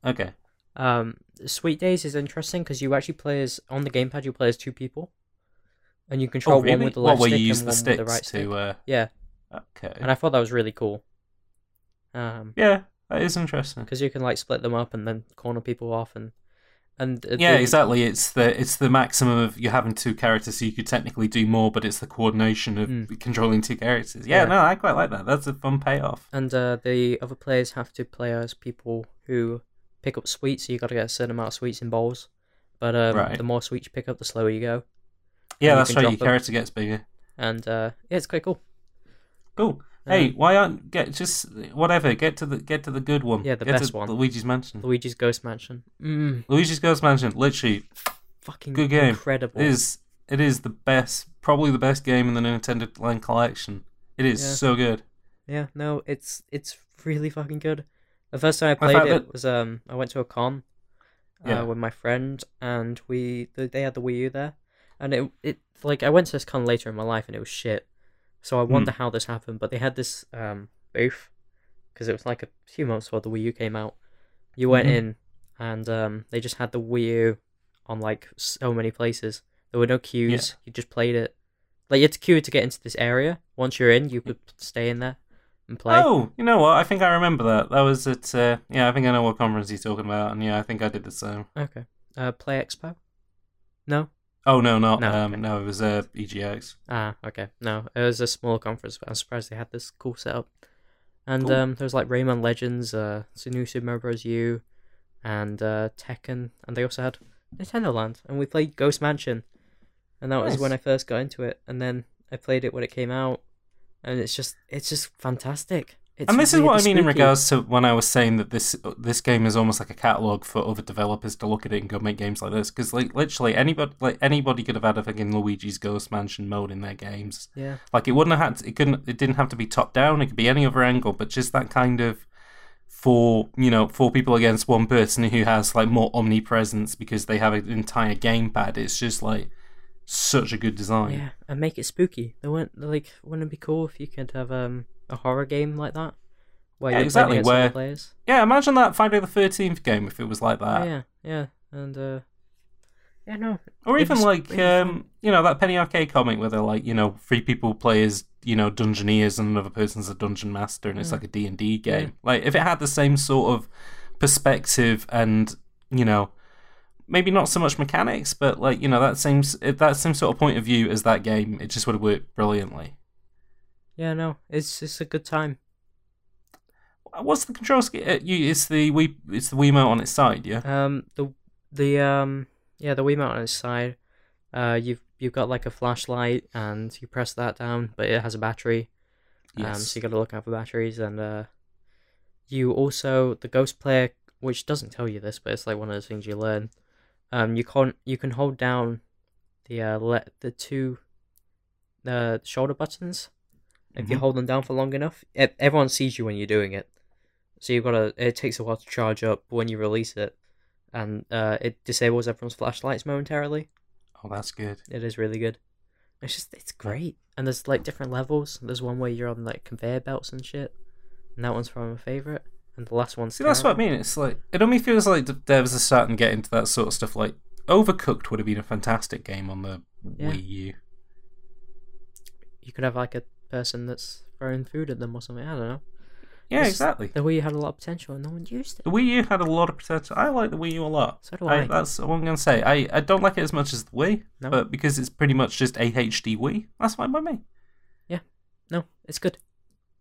B: Okay.
A: Um, Sweet Days is interesting because you actually play as on the gamepad. You play as two people, and you control
B: oh, really?
A: one with the
B: what,
A: left
B: where you
A: stick
B: use
A: and
B: the
A: one with
B: sticks
A: the right stick.
B: to. Uh,
A: Yeah,
B: okay.
A: and I thought that was really cool. Um,
B: Yeah, that is interesting.
A: because you can like split them up and then corner people off and and uh,
B: Yeah,
A: the-
B: exactly. It's the it's the maximum of you having two characters, so you could technically do more, but it's the coordination of
A: Mm.
B: controlling two characters. Yeah,
A: Yeah.
B: no, I quite like that. That's a fun payoff.
A: and uh, the other players have to play as people who pick up sweets. So you got to get a certain amount of sweets in bowls, but um,
B: Right.
A: the more sweets you pick up, the slower you go.
B: Yeah,
A: you
B: that's
A: can
B: right.
A: drop
B: Your
A: them.
B: character gets bigger.
A: And uh, yeah, it's quite cool.
B: Cool.
A: Yeah.
B: Hey, why aren't get just whatever? Get to the get to the good one.
A: Yeah, the
B: get
A: best
B: to
A: one.
B: Luigi's Mansion.
A: Luigi's Ghost Mansion, mm,
B: Luigi's Ghost Mansion. Literally,
A: fucking
B: Good game.
A: incredible.
B: it is it is the best, probably the best game in the Nintendo Land collection. It is
A: Yeah.
B: so good.
A: Yeah, no, it's it's really fucking good. The first time I
B: I found
A: played it
B: that-
A: was um I went to a con uh,
B: Yeah.
A: with my friend and we th- they had the Wii U there and it it like I went to this con later in my life and it was shit. So I
B: Hmm.
A: wonder how this happened, but they had this um booth because it was like a few months before the Wii U came out. You went
B: Mhm.
A: in and um they just had the Wii U on like so many places. There were no queues. You just played it. Like you had to queue to get into this area. Once you're in, you could stay in there and play.
B: Oh, you know what? I think I remember that. That was at uh, yeah. I think I know what conference you're talking about, and yeah, I think I did the same.
A: Okay. Uh, Play Expo? No?
B: Oh no, not
A: No,
B: um,
A: okay.
B: no. It was uh, EGX.
A: Ah, okay. No, it was a small conference, but I'm surprised they had this cool setup. And
B: Cool.
A: um, there was like Rayman Legends, uh, Su- New Super Mario Bros. U, and uh, Tekken, and they also had Nintendo Land, and we played Ghost Mansion, and that was when I
B: Nice.
A: first got into it, and then I played it when it came out, and it's just it's just fantastic. It's
B: and this is what I
A: really
B: mean in
A: spooky.
B: regards to when I was saying that this uh, this game is almost like a catalog for other developers to look at it and go make games like this because like literally anybody like anybody could have had a fucking Luigi's Ghost Mansion mode in their games.
A: Yeah,
B: Like it wouldn't have had to, it couldn't it didn't have to be top down. It could be any other angle, but just that kind of for you know four people against one person who has like more omnipresence because they have an entire gamepad. It's just like such a good design.
A: yeah, and make it spooky. They weren't like, wouldn't it be cool if you could have um a horror game like that, where
B: Yeah,
A: you're playing
B: exactly,
A: against other
B: where-
A: players.
B: Yeah, imagine that Friday the 13th game if it was like that.
A: yeah, yeah, and uh, yeah, no,
B: Or
A: It'd
B: even
A: just
B: like,
A: be fun.
B: um, you know, that Penny Arcade comic where they're like, you know, three people play as, you know, dungeoneers and another person's a dungeon master and it's
A: Mm. Yeah.
B: like a D&D game. Like, if it had the same sort of perspective and, you know, maybe not so much mechanics, but like, you know, that same, s- if that same sort of point of view as that game, it just would have worked brilliantly.
A: yeah, no, it's it's a good time.
B: What's the control scheme? It's the Wii, it's the Wiimote on its side, yeah?
A: Um, the the um yeah the Wiimote on its side. Uh, you've you've got like a flashlight and you press that down, but it has a battery. Um, so you got to look out for batteries and uh, you also the ghost player, which doesn't tell you this, but it's like one of those things you learn. Um, you can you can hold down the uh le- the two the shoulder buttons. If you
B: Mhm.
A: hold them down for long enough, e- everyone sees you when you're doing it. So you've got to. It takes a while to charge up but when you release it, and uh, it disables everyone's flashlights momentarily.
B: Oh, that's good.
A: It is really good. It's just it's great, and there's like different levels. There's one where you're on like conveyor belts and shit, and that one's probably my favorite. And the last one's
B: See, that's
A: terrible.
B: what I mean. It's like it only feels like th- there was a starting to get into that sort of stuff. Like Overcooked would have been a fantastic game on the
A: Yeah.
B: Wii U.
A: you could have like a person that's throwing food at them or something. I don't know.
B: Yeah,
A: It's-
B: exactly.
A: The Wii had a lot of potential, and no one used it.
B: The Wii U had a lot of potential. I like the Wii U a lot.
A: So do I.
B: that's what I'm gonna say. I, I don't like it as much as the Wii,
A: No.
B: but because it's pretty much just a HD Wii, that's fine by me.
A: No, it's good.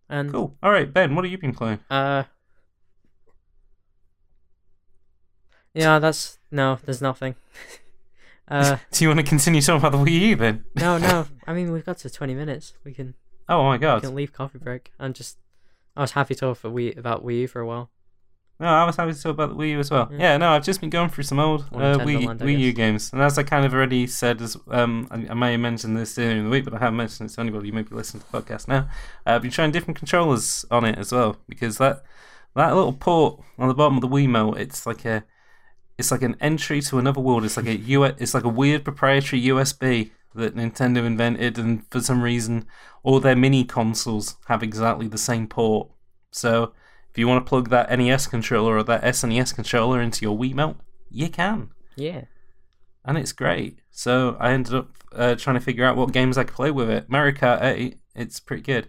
A: And
B: Cool. All right, Ben, what have you been playing?
A: uh, yeah, that's no. There's nothing. [laughs] uh,
B: [laughs] Do you want to continue talking about the Wii U then?
A: no, no. I mean, we've got to twenty minutes. We can
B: [laughs] Oh my
A: I
B: god.
A: can leave coffee break and just I was happy to talk for Wii, about Wii U for a while.
B: No, I was happy to talk about the Wii U as well.
A: Yeah.
B: Yeah, no, I've just been going through some old
A: Or
B: uh,
A: Nintendo
B: Wii,
A: Land, I
B: Wii U
A: guess.
B: games, and as I kind of already said, as um, I, I may have mentioned this earlier in the week, but I haven't mentioned it to anybody. You may be listening to the podcast now. Uh, I've been trying different controllers on it as well because that that little port on the bottom of the Wiimote, it's like a it's like an entry to another world. It's like a U. It's like a weird proprietary USB that Nintendo invented, and for some reason, all their mini consoles have exactly the same port. So if you want to plug that NES controller or that SNES controller into your Wiimote, you can,
A: Yeah.
B: and it's great. So I ended up uh, trying to figure out what games I could play with it. Mario Kart 8, it's pretty good.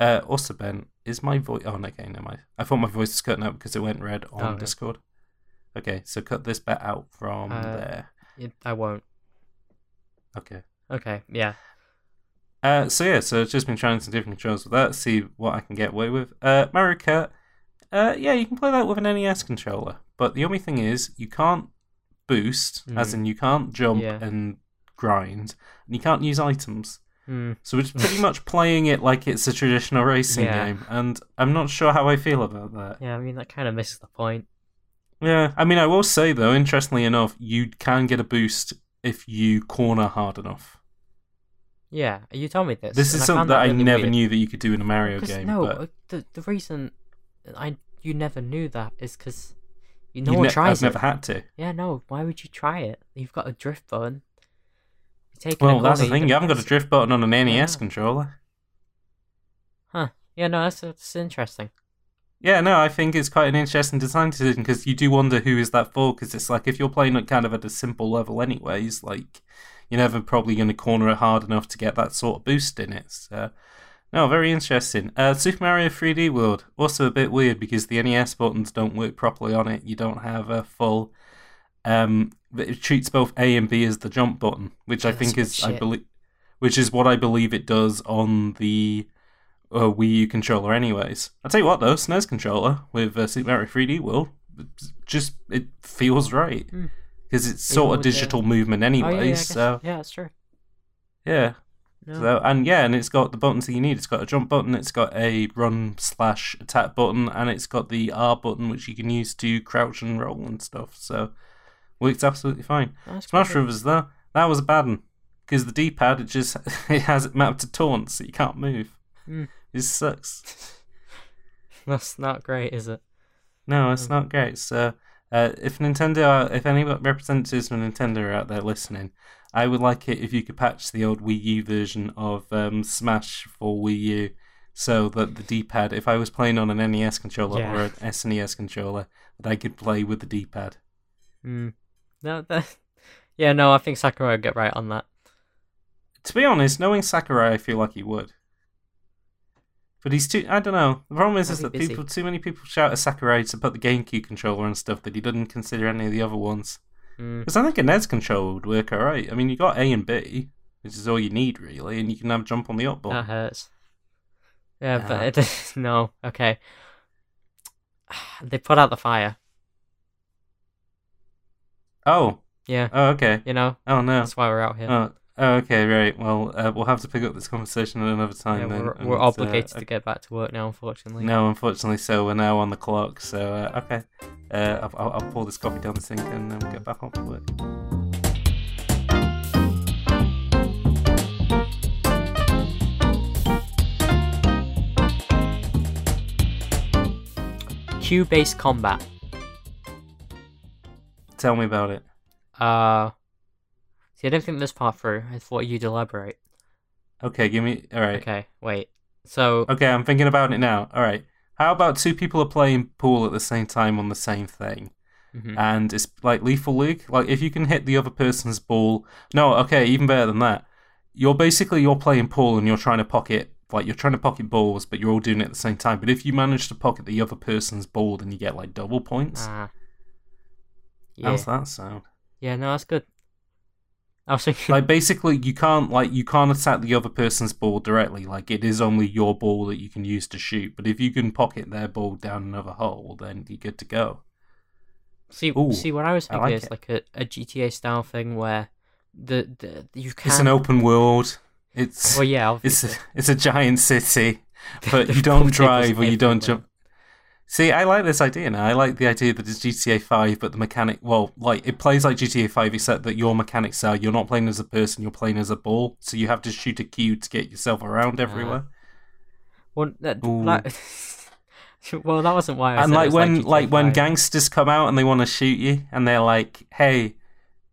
B: Uh, also, Ben, is my voice? Oh, no, okay, never mind. I thought my voice was cutting out because it went red on
A: Oh, no.
B: Discord. Okay, so cut this bit out from
A: Uh,
B: there.
A: It, I won't.
B: Okay.
A: Okay. Yeah.
B: Uh, so yeah, so I've just been trying some different controls with that, see what I can get away with. Uh, Mario Kart, uh, yeah, you can play that with an NES controller, but the only thing is you can't boost, as
A: Mm.
B: in you can't jump
A: Yeah.
B: and grind, and you can't use items.
A: Hmm.
B: So we're just
A: [laughs]
B: pretty much playing it like it's a traditional racing
A: Yeah.
B: game, and I'm not sure how I feel about that.
A: yeah. I mean, that kind of misses the point.
B: Yeah, I mean, I will say though, interestingly enough, you can get a boost if you corner hard enough.
A: Yeah. You told me this.
B: This
A: and
B: is
A: I
B: something
A: found
B: that I
A: really
B: never
A: weird.
B: knew that you could do in a Mario
A: 'Cause
B: game.
A: no,
B: but...
A: uh, the the reason I you never knew that is because you no
B: You
A: one
B: ne-
A: tries
B: I've
A: it.
B: never had to.
A: Yeah. No. Why would you try it? You've got a drift button. You're taking a
B: Well, that's the
A: corner,
B: thing. You
A: can
B: haven't got a
A: press it.
B: drift button on an NES
A: Yeah.
B: controller.
A: Huh. Yeah. No. That's that's interesting.
B: Yeah, no, I think it's quite an interesting design decision because you do wonder who is that for. Because it's like if you're playing it kind of at a simple level, anyways, like you're never probably going to corner it hard enough to get that sort of boost in it. So, no, very interesting. Uh, Super Mario 3D World also a bit weird because the NES buttons don't work properly on it. You don't have a full. Um, but it treats both A and B as the jump button, which I
A: That's
B: think
A: good
B: is I
A: shit.
B: believe, which is what I believe it does on the uh, Wii U controller, anyways. I tell you what though, SNES controller with uh, Super Mario 3D World, it's just it feels right
A: Hmm.
B: because it's
A: Even
B: sort of
A: with the-
B: digital movement,
A: Oh, yeah,
B: anyways.
A: yeah, I guess-
B: so
A: yeah. That's true.
B: yeah,
A: No.
B: so, and yeah, and it's got the buttons that you need. It's got a jump button, it's got a run slash attack button, and it's got the R button which you can use to crouch and roll and stuff. So works absolutely fine.
A: That's quite
B: Smash
A: good.
B: Brothers though, that was a bad one because the D pad it just [laughs] it has it mapped to taunt, so you can't move.
A: Hmm.
B: This
A: [laughs]
B: sucks.
A: That's not great, is it?
B: No, it's
A: Um,
B: not great. So, uh, if Nintendo, if any representatives from Nintendo are out there listening, I would like it if you could patch the old Wii U version of um, Smash for Wii U so that the D-pad, if I was playing on an NES controller
A: Yeah.
B: or an SNES controller, that I could play with the D-pad.
A: Mm. No, that... [laughs] yeah, no, I think Sakurai would get right on that.
B: To be honest, knowing Sakurai, I feel like he would. But he's too. I don't know. The problem is,
A: How's
B: is
A: he
B: that
A: busy?
B: people, too many people shout at Sakurai to put the GameCube controller and stuff that he didn't consider any of the other ones.
A: Mm.
B: Because I think a NES controller would work alright. I mean, you got A and B, which is all you need really, and you can have jump on the up
A: That
B: button.
A: hurts. Yeah,
B: Uh.
A: but it... [laughs] no, okay. [sighs] They put out the fire.
B: Oh,
A: Yeah,
B: oh, okay.
A: you know
B: Oh no.
A: that's why we're out here.
B: Oh, oh, okay, right. Well, uh, we'll have to pick up this conversation at another time.
A: yeah,
B: then,
A: we're,
B: and,
A: we're
B: uh,
A: obligated to
B: okay.
A: get back to work now, unfortunately.
B: No, unfortunately, so we're now on the clock. So uh, okay, uh, I'll- I'll, I'll pour this coffee down the sink and then we'll get back on to work.
A: Q based combat.
B: Tell me about it.
A: Uh, see, I didn't think this part through. I thought you'd elaborate.
B: Okay, give me. All right. Okay.
A: Okay, wait. So
B: I'm thinking about it now. All right. How about two people are playing pool at the same time on the same thing?
A: mhm.
B: and it's like lethal league. Like if you can hit the other person's ball, no, okay, even better than that. You're basically you're playing pool and you're trying to pocket like you're trying to pocket balls, but you're all doing it at the same time. But if you manage to pocket the other person's ball, then you get like double points.
A: Ah. yeah,
B: How's that sound?
A: yeah, no, that's good. I was thinking,
B: like basically you can't like you can't attack the other person's ball directly. Like it is only your ball that you can use to shoot. But if you can pocket their ball down another hole, then you're good to go.
A: see,
B: ooh,
A: see, what I was
B: I
A: thinking
B: like
A: is
B: it.
A: like a, a GTA style thing where the, the you can.
B: It's an open world. It's
A: Well, yeah,
B: [laughs] It's
A: obviously.
B: a, it's a giant
A: [laughs]
B: city, but
A: The
B: you don't
A: pool tables
B: drive or you don't
A: everywhere.
B: jump. See, I like this idea now. I like the idea that it's GTA 5, but the mechanic, well, like it plays like GTA 5, except that your mechanics are you're not playing as a person, you're playing as a ball. So you have to shoot a cue to get yourself around everywhere.
A: Well, that,
B: Ooh.
A: like- [laughs] well, that wasn't why I
B: and
A: said it
B: like
A: was
B: when
A: GTA
B: like when
A: 5.
B: gangsters come out and they want to shoot you, and they're like, "Hey,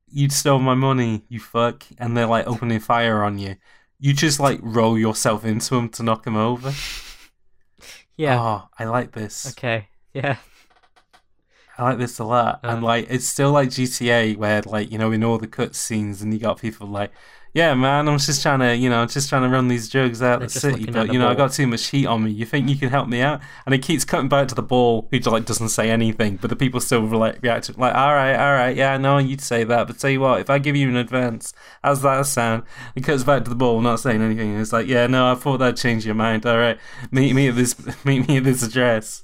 B: you stole my money, you fuck," and they're like opening fire on you. You just like roll yourself into them to knock them over.
A: Yeah.
B: Oh, I like this.
A: Okay. Yeah.
B: I like this a lot.
A: Uh.
B: and like it's still like GTA where like, you know, in all the cutscenes and you got people like, Yeah man, I'm just trying to you know, I'm just trying to run these drugs out
A: They're
B: of
A: just
B: the city,
A: looking at
B: but
A: the
B: you know, I
A: ball."
B: got too much heat on me. You think you can help me out? And it keeps cutting back to the ball who like doesn't say anything, but the people still like react to it, like, Alright, alright, yeah, I know you'd say that, but tell you what, if I give you an advance, how's that sound? It cuts back to the ball not saying anything and it's like, Yeah, no, I thought that'd change your mind. Alright, meet me at this [laughs] meet me at this address.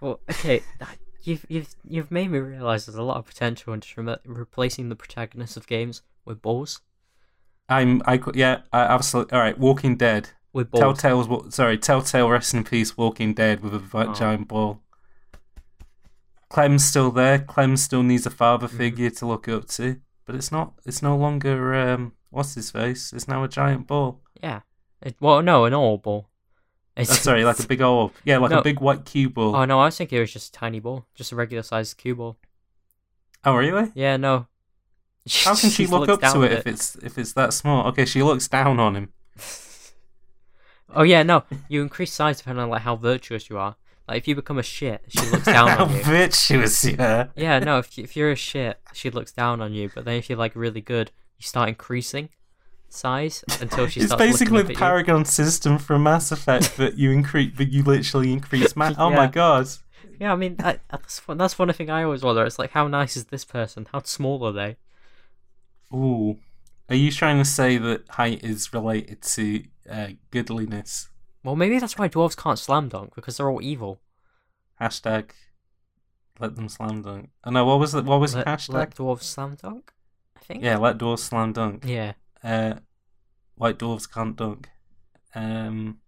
A: Well, okay. [laughs] that- You've you've you've made me realize there's a lot of potential in just remo- replacing the protagonists of games with balls.
B: I'm I qu- yeah I absolutely all right. Walking Dead,
A: With balls.
B: Telltale's wa- sorry, Telltale rest in peace. Walking Dead with a vi-
A: Oh.
B: giant ball. Clem's still there. Clem still needs a father
A: Mm-hmm.
B: figure to look up to, but it's not. It's no longer um what's his face. It's now a giant ball.
A: Yeah. It, well, no, an old ball.
B: Oh,
A: It's-
B: sorry, like a big orb. Yeah, like a
A: No.
B: big white cue
A: [laughs]
B: ball.
A: Oh no, I was thinking it was just a tiny ball, just a regular sized cue ball.
B: oh really?
A: Yeah, no. [laughs]
B: How can she
A: just
B: look
A: looks
B: up to
A: down
B: it,
A: at
B: if it's if it's that small? Okay, she looks down on him.
A: Oh yeah, no. You increase size depending on like how virtuous you are. Like if you become a shit, she looks
B: [laughs]
A: down
B: How
A: on you.
B: virtuous you are.
A: Yeah, no. If you- if you're a shit, she looks down on you. But then if you're like really good, you start increasing size until she
B: it's
A: starts. looking
B: basically
A: up
B: the
A: at you.
B: Paragon system from Mass Effect, but you increase, but you literally
A: [laughs]
B: increase. Ma- oh my
A: Yeah.
B: god!
A: Yeah, I mean that, that's one, that's one thing I always wonder. It's like how nice is this person? How small are they?
B: Ooh, are you trying to say that height is related to uh, goodliness?
A: Well, maybe that's why dwarves can't slam dunk because they're all evil.
B: Hashtag. Let them slam dunk. Oh no, what was the what was the
A: Let,
B: hashtag?
A: let dwarves slam dunk. I think.
B: yeah, let dwarves slam dunk.
A: Yeah.
B: Uh, white dwarves can't dunk. Um,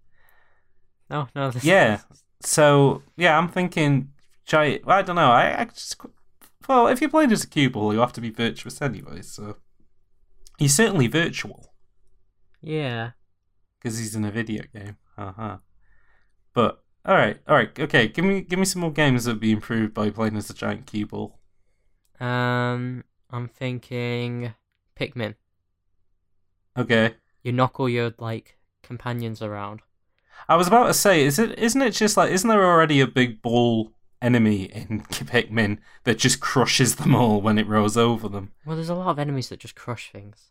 A: No, no. This
B: yeah. So yeah, I'm thinking giant. I don't know. I, I just well, if you're playing as a cue ball, you have to be virtuous anyway. So he's certainly virtual
A: Yeah.
B: because he's in a video game. Uh huh. But all right, all right, okay. Give me give me some more games that would be improved by playing as a giant cue ball.
A: Um, I'm thinking Pikmin.
B: Okay.
A: You knock all your like companions around.
B: I was about to say, is it? Isn't it just like? Isn't there already a big ball enemy in [laughs] Pikmin that just crushes them all when it rolls over them?
A: Well, there's a lot of enemies that just crush things.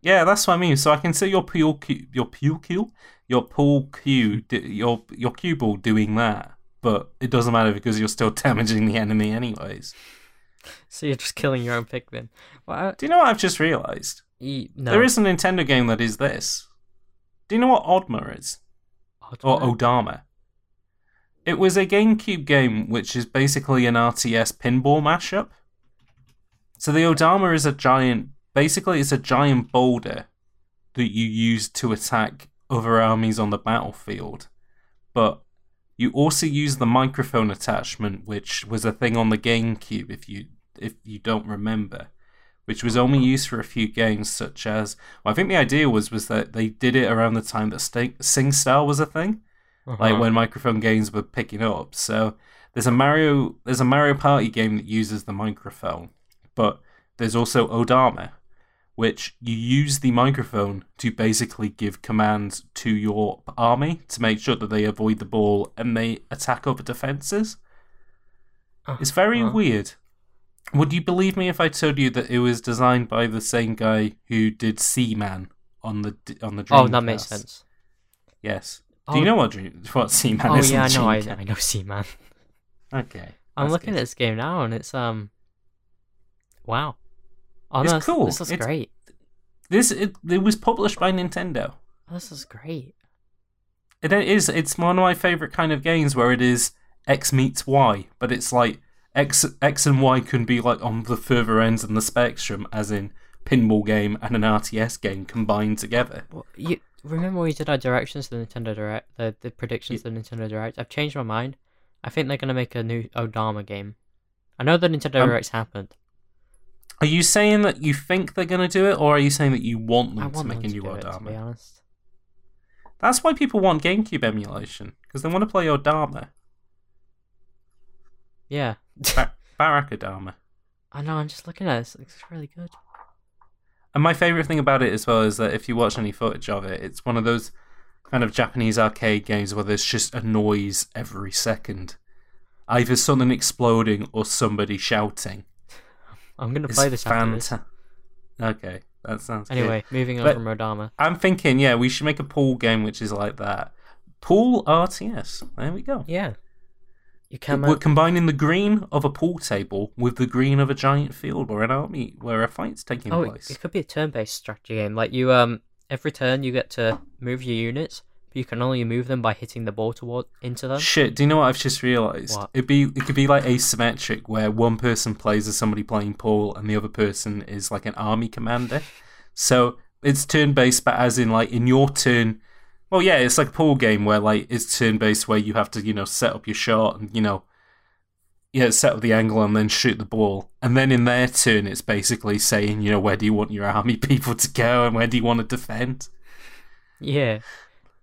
B: Yeah, that's what I mean. So I can see your pool, Q, your pool, Q, your pool, Q, d- your your cue ball doing that, but it doesn't matter because you're still [laughs] damaging the enemy anyways.
A: So you're just killing your own Pikmin. Well, I,
B: Do you know what I've just realised?
A: e, no.
B: There is a Nintendo game that is this. Do you know what Odma is?
A: I Oh, don't
B: or
A: know.
B: Odama. It was a GameCube game which is basically an RTS pinball mashup. So the Odama is a giant, basically, it's a giant boulder that you use to attack other armies on the battlefield. But you also use the microphone attachment, which was a thing on the GameCube, if you if you don't remember, which was only used for a few games, such as. Well, I think the idea was was that they did it around the time that Sting, SingStar was a thing, like
A: Uh-huh.
B: when microphone games were picking up. So there's a Mario there's a Mario Party game that uses the microphone, but there's also Odama, which you use the microphone to basically give commands to your army to make sure that they avoid the ball and they attack other defenses. It's very
A: Uh-huh.
B: weird. Would you believe me if I told you that it was designed by the same guy who did Seaman on the on the
A: Oh, that makes
B: Dreamcast?
A: sense.
B: Yes.
A: Oh.
B: Do you know what Dream, what Seaman
A: Oh
B: is?
A: yeah, I
B: on
A: know. I,
B: Dreamcast?
A: I know. See,
B: [laughs]
A: man.
B: Okay.
A: I'm
B: that's
A: looking
B: good.
A: at this game now, and it's um, wow. Oh,
B: It's
A: no, this-
B: cool.
A: This is
B: It's-
A: great.
B: this. It, it was published by Nintendo.
A: Oh, This is great.
B: It is. It's one of my favorite kind of games where it is X meets Y, but it's like X X and Y can be like on the further ends of the spectrum, as in pinball game and an RTS game combined together.
A: Well, you remember we did our directions to the Nintendo Direct, the the predictions to the Nintendo Direct. I've changed my mind. I think they're gonna make a new Odama game. I know the Nintendo
B: Um,
A: Directs happened.
B: Are you saying that you think they're going to do it, or are you saying that you want them
A: I want
B: to
A: them
B: make
A: to
B: a new
A: do it, to be
B: Odama?
A: honest.
B: That's why people want GameCube emulation because they want to play Odama,
A: Yeah.
B: Bar- Barack Odama.
A: I know. I'm just looking at this. It looks really good.
B: And my favorite thing about it as well is that if you watch any footage of it, it's one of those kind of Japanese arcade games where there's just a noise every second, either something exploding or somebody shouting.
A: I'm gonna
B: It's
A: play this after this.
B: fanta- Okay, that sounds good.
A: Anyway, moving on
B: But-
A: from Odama.
B: I'm thinking, yeah, we should make a pool game which is like that. Pool RTS. There we go.
A: Yeah. You can.
B: We're combining the green of a pool table with the green of a giant field where an army where a fight's taking
A: Oh, it,
B: place.
A: it could be a turn-based strategy game. Like you, um, every turn you get to move your units, but you can only move them by hitting the ball toward into
B: [sighs]
A: them.
B: Shit, do you know what I've just realised?
A: What?
B: It'd be it could be like asymmetric where one person plays as somebody playing pool and the other person is like an army commander. So it's turn based but as in like in your turn well yeah, it's like a pool game where like it's turn based where you have to, you know, set up your shot and you know yeah, set up the angle and then shoot the ball. And then in their turn it's basically saying, you know, where do you want your army [laughs] people to go and where do you want to defend?
A: Yeah.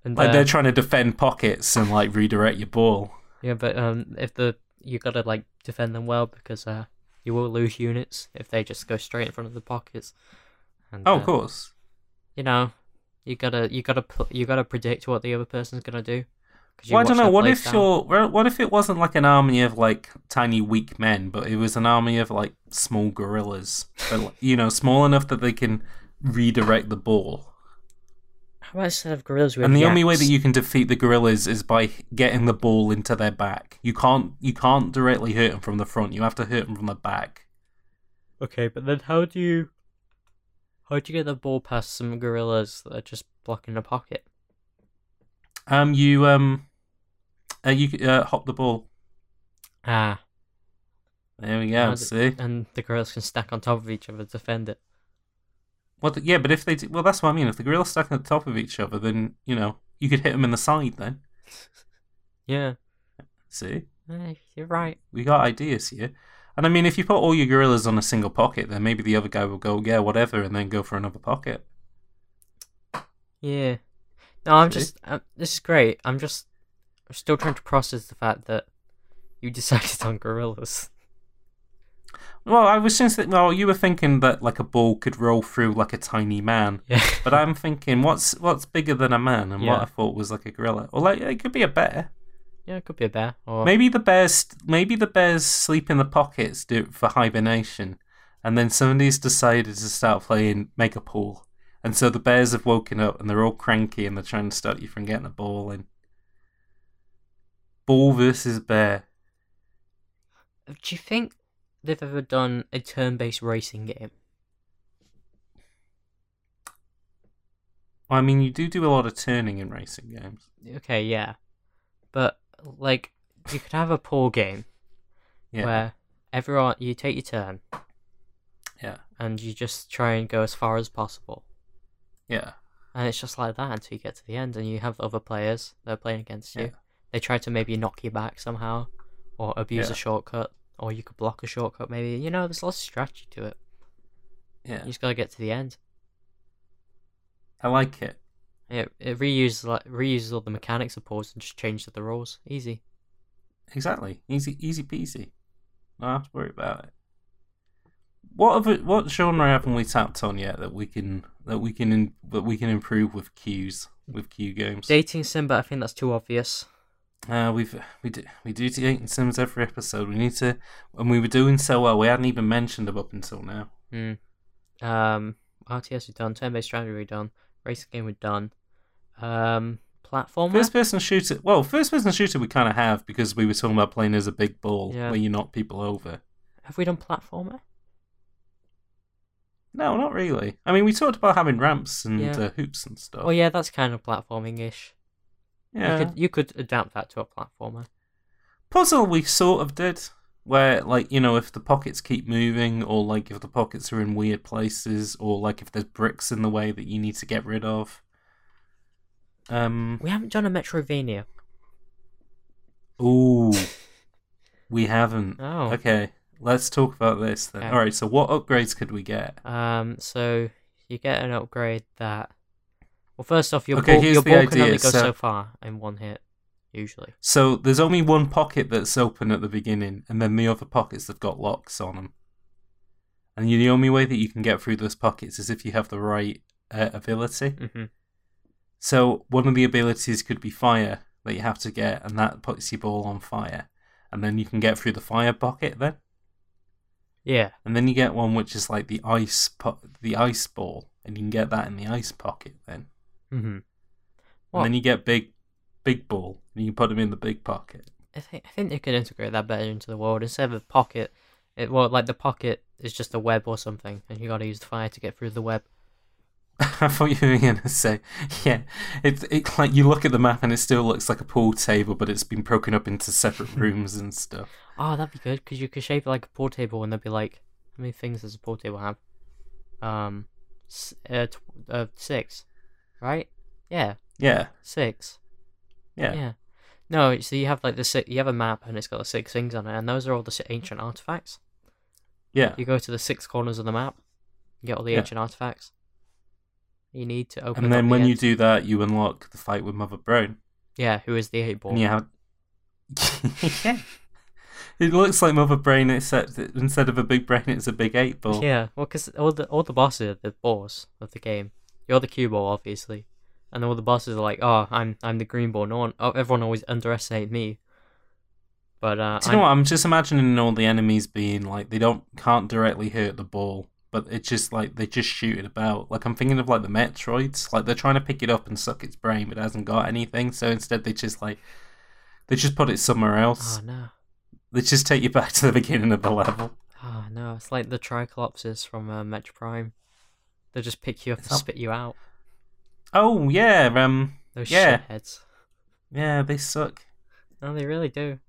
A: And
B: Like
A: uh,
B: they're trying to defend pockets and like redirect your ball.
A: yeah, but um, if the you gotta like defend them well because uh, you will lose units if they just go straight in front of the pockets. And,
B: Oh,
A: uh,
B: of course.
A: You know, you gotta you gotta pl- you gotta predict what the other person's gonna do. 'cause you
B: Well, I
A: watch
B: don't know.
A: their
B: What
A: play
B: if
A: style.
B: your well, what if it wasn't like an army of like tiny weak men, but it was an army of like small gorillas, but like, you know, small enough that they can redirect the ball.
A: How about instead of gorillas with
B: and the only way
A: yaks?
B: that you can defeat the gorillas is by getting the ball into their back. You can't you can't directly hurt them from the front. You have to hurt them from the back.
A: Okay, but then how do you how do you get the ball past some gorillas that are just blocking a pocket?
B: Um, you um, uh, you uh, hop the ball.
A: Ah,
B: There we
A: How
B: go.
A: do-
B: See.
A: [laughs] and the gorillas can stack on top of each other to defend it.
B: Well, th- yeah, but if they do, well, that's what I mean. If the gorillas stack on top of each other, then you know you could hit them in the side. Then
A: Yeah,
B: see.
A: eh, you're right.
B: we got ideas here. And I mean, if you put all your gorillas on a single pocket, then maybe the other guy will go, yeah, whatever, and then go for another pocket.
A: Yeah, no, I'm
B: See?
A: just um, this is great. I'm just [laughs] I'm still trying to process the fact that you decided on gorillas.
B: Well, I was just thinking, well, you were thinking that like a ball could roll through like a tiny man,
A: [laughs] Yeah.
B: but I'm thinking what's what's bigger than a man, and what
A: Yeah.
B: I thought was like a gorilla, or like it could be a bear.
A: yeah, it could be a bear. Or
B: Maybe the bears, maybe the bears sleep in the pockets do for hibernation, and then somebody's decided to start playing make a pool, and so the bears have woken up and they're all cranky and they're trying to stop you from getting a ball in. Ball versus bear.
A: do you think they've ever done a turn-based racing game?
B: I mean, you do do a lot of turning in racing games.
A: Okay, yeah, but like you could have a pool game
B: [laughs] Yeah,
A: where everyone you take your turn
B: yeah,
A: and you just try and go as far as possible.
B: yeah.
A: And it's just like that until you get to the end, and you have other players that are playing against you.
B: Yeah.
A: They try to maybe knock you back somehow, or abuse
B: Yeah.
A: a shortcut, or you could block a shortcut. Maybe you know, there's lots of strategy to it.
B: Yeah,
A: You just gotta get to the end.
B: I like it.
A: It it reuses like reuses all the mechanics of pools and just changes the rules. Easy.
B: Exactly, easy, easy peasy. Not have to worry about it. What other, what genre haven't we tapped on yet that we can that we can in, that we can improve with cues with cue games?
A: Dating sim, but I think that's too obvious.
B: Uh, we've we do we do dating sims every episode. We need to, and we were doing so well. We hadn't even mentioned them up until now.
A: Hmm. Um. RTS we've done. Turn-based strategy we've done. Racing game we've done. Um. Platformer.
B: First person shooter. Well, first person shooter we kind of have because we were talking about playing as a big ball
A: Yeah.
B: where you knock people over.
A: Have we done platformer?
B: No, not really. I mean, we talked about having ramps and
A: Yeah.
B: uh, hoops and stuff.
A: Oh yeah, that's kind of platforming-ish.
B: yeah.
A: You could you could adapt that to a platformer.
B: puzzle we sort of did where like you know if the pockets keep moving or like if the pockets are in weird places or like if there's bricks in the way that you need to get rid of um
A: We haven't done a Metrovania. [laughs]
B: ooh we haven't
A: Oh.
B: okay let's talk about this then
A: Okay.
B: all right so what upgrades could we get
A: Um. So you get an upgrade that. Well, first off, your
B: Okay,
A: ball,
B: here's
A: your
B: the
A: ball can
B: idea,
A: only go so...
B: so-
A: far in one hit, usually.
B: so there's only one pocket that's open at the beginning and then the other pockets have got locks on them and the only way that you can get through those pockets is if you have the right uh, ability
A: Mm-hmm.
B: So one of the abilities could be fire that you have to get, and that puts your ball on fire, and then you can get through the fire bucket then,
A: Yeah.
B: and then you get one which is like the ice po- the ice ball, and you can get that in the ice pocket then,
A: Mm-hmm. What?
B: and then you get big big ball, and you can put them in the big pocket. [laughs]
A: I think I think they could integrate that better into the world instead of a pocket. It well like the pocket is just a web or something, and you got to use the fire to get through the web.
B: I thought you were gonna say, yeah, it it like you look at the map and it still looks like a pool table, but it's been broken up into separate
A: [laughs]
B: rooms and stuff.
A: Oh, that'd be good because you could shape it like a pool table, and there'd be like how many things does a pool table have? Um, s- uh, tw- uh six, right? Yeah,
B: Yeah,
A: six.
B: yeah,
A: Yeah. No, so you have like the six, you have a map, and it's got the six things on it, and those are all the s- ancient artifacts.
B: yeah.
A: You go to the six corners of the map, you get all the
B: Yeah.
A: ancient artifacts you need to open.
B: And
A: up
B: then
A: the
B: when you
A: end.
B: do that, you unlock the fight with Mother Brown.
A: yeah, who is the eight ball?
B: And you have. yeah. [laughs] It looks like Mother Brain, except that instead of a big brain, it's a big eight
A: [laughs]
B: ball.
A: Yeah, well, because all the all the bosses are the boss of the game. You're the cue ball, obviously, and all the bosses are like, "Oh, I'm I'm the green ball." No one, oh, everyone always underestimate me. But uh,
B: Do you
A: I'm-
B: know what? I'm just imagining all the enemies being like they don't can't directly hurt the ball, but it's just like they just shoot it about. Like I'm thinking of like the Metroids, like they're trying to pick it up and suck its brain, but it hasn't got anything. So instead, they just like they just put it somewhere else.
A: oh no,
B: They just take you back to the [laughs] beginning of the level.
A: oh no, it's like the Tricolopses from uh, Metro Prime. They just pick you up and
B: Stop.
A: spit you out.
B: Oh yeah, um,
A: Those
B: Yeah.
A: shitheads.
B: yeah, they suck.
A: No, they really do.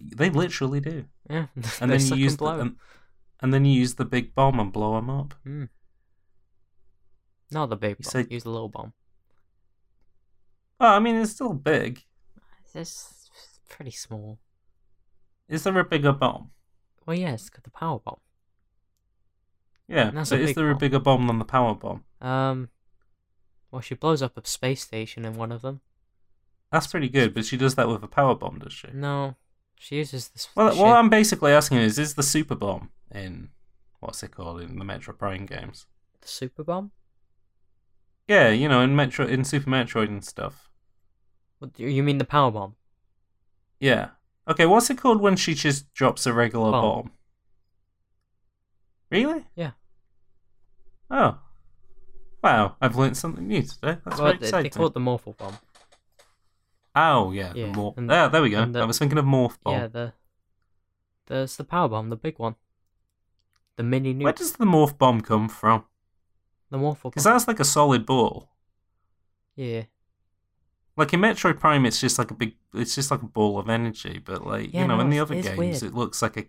B: They literally do.
A: Yeah, [laughs]
B: and
A: they
B: then you
A: suck
B: use
A: blow.
B: The, um, and, and then you use the big bomb and blow them up.
A: Not the big
B: you
A: bomb.
B: said-
A: Use the little bomb.
B: Oh, I mean, it's still big.
A: It's pretty small.
B: Is there a bigger bomb?
A: Well, yeah, it's got the power bomb.
B: Yeah,
A: That's
B: but
A: a
B: is
A: big
B: there
A: bomb.
B: a bigger bomb than the power bomb?
A: Um, well, she blows up a space station in one of them.
B: That's pretty good, but she does that with a power bomb, does she?
A: No, She uses this.
B: Well,
A: shit.
B: what I'm basically asking is, is the super bomb in what's it called in the Metro Prime games?
A: the super bomb.
B: Yeah, you know, in Metro, in Super Metroid and stuff.
A: What, do you mean the power bomb?
B: Yeah. Okay, what's it called when she just drops a regular
A: Bomb.
B: bomb? Really?
A: Yeah.
B: Oh. Wow, I've learned something new today. That's
A: well,
B: very
A: they, they
B: exciting.
A: call it the morphle bomb.
B: Oh yeah,
A: Yeah,
B: the morph.
A: and-
B: Ah, there we go.
A: and the-
B: I was thinking of morph bomb.
A: Yeah, the there's the power bomb, the big one, the mini nuke,
B: Where does the morph bomb come from?
A: the morphle bomb.
B: Because that's like a solid ball.
A: Yeah,
B: Like in Metroid Prime, it's just like a big, it's just like a ball of energy. But like
A: Yeah,
B: you know,
A: no,
B: in the
A: it's-
B: other
A: it is weird.
B: games, it looks like a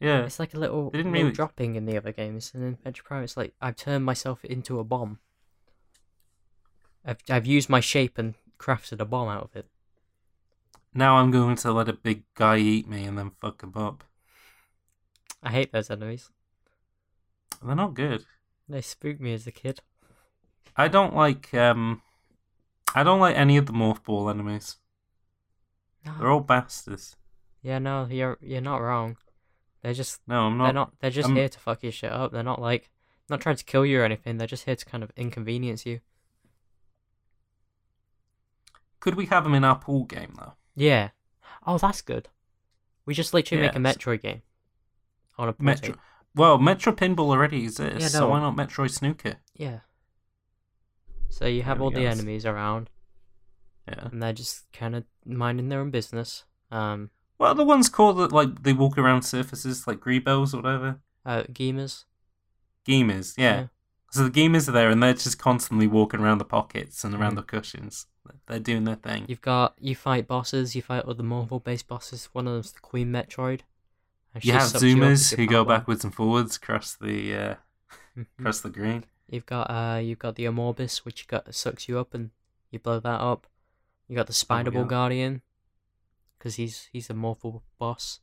B: yeah.
A: it's like a little,
B: They didn't
A: little
B: really-
A: dropping in the other games, and in Fetch Pro, it's like I've turned myself into a bomb. I've I've used my shape and crafted a bomb out of it.
B: Now I'm going to let a big guy eat me and then fuck him up.
A: I hate those enemies.
B: They're not good.
A: They spooked me as a kid.
B: I don't like um, I don't like any of the morph ball enemies.
A: No.
B: They're all bastards.
A: Yeah, no, you're you're not wrong. They're just
B: No, I'm
A: they're
B: not.
A: not they're just
B: I'm-
A: here to fuck your shit up. They're not like not trying to kill you or anything. They're just here to kind of inconvenience you.
B: Could we have them in our pool game though?
A: Yeah. Oh, that's good. We just literally make
B: Yes.
A: a Metroid game. On a portal.
B: Metro. Well, Metro Pinball already exists,
A: Yeah,
B: so
A: no.
B: why not Metroid Snooker?
A: Yeah. So you have
B: There
A: all
B: we
A: the
B: go.
A: enemies around,
B: Yeah.
A: and they're just kind of minding their own business. Um,
B: What are the ones called that like they walk around surfaces like Greebels or whatever?
A: uh, gamers.
B: Gamers, yeah.
A: Yeah.
B: So the gamers are there and they're just constantly walking around the pockets and around the cushions. They're doing their thing.
A: Mm. You've got you fight bosses. You fight other Marvel-based bosses. One of them's the Queen Metroid. and she
B: you have
A: sucks up with
B: zoomers
A: your
B: who go
A: power bomb.
B: backwards and forwards across the uh,
A: Mhm.
B: across the green.
A: You've got uh, you've got the Amorbis, which got sucks you up and you blow that up. You
B: Oh,
A: got the Spider Ball
B: God.
A: Guardian, because he's he's a morphle boss.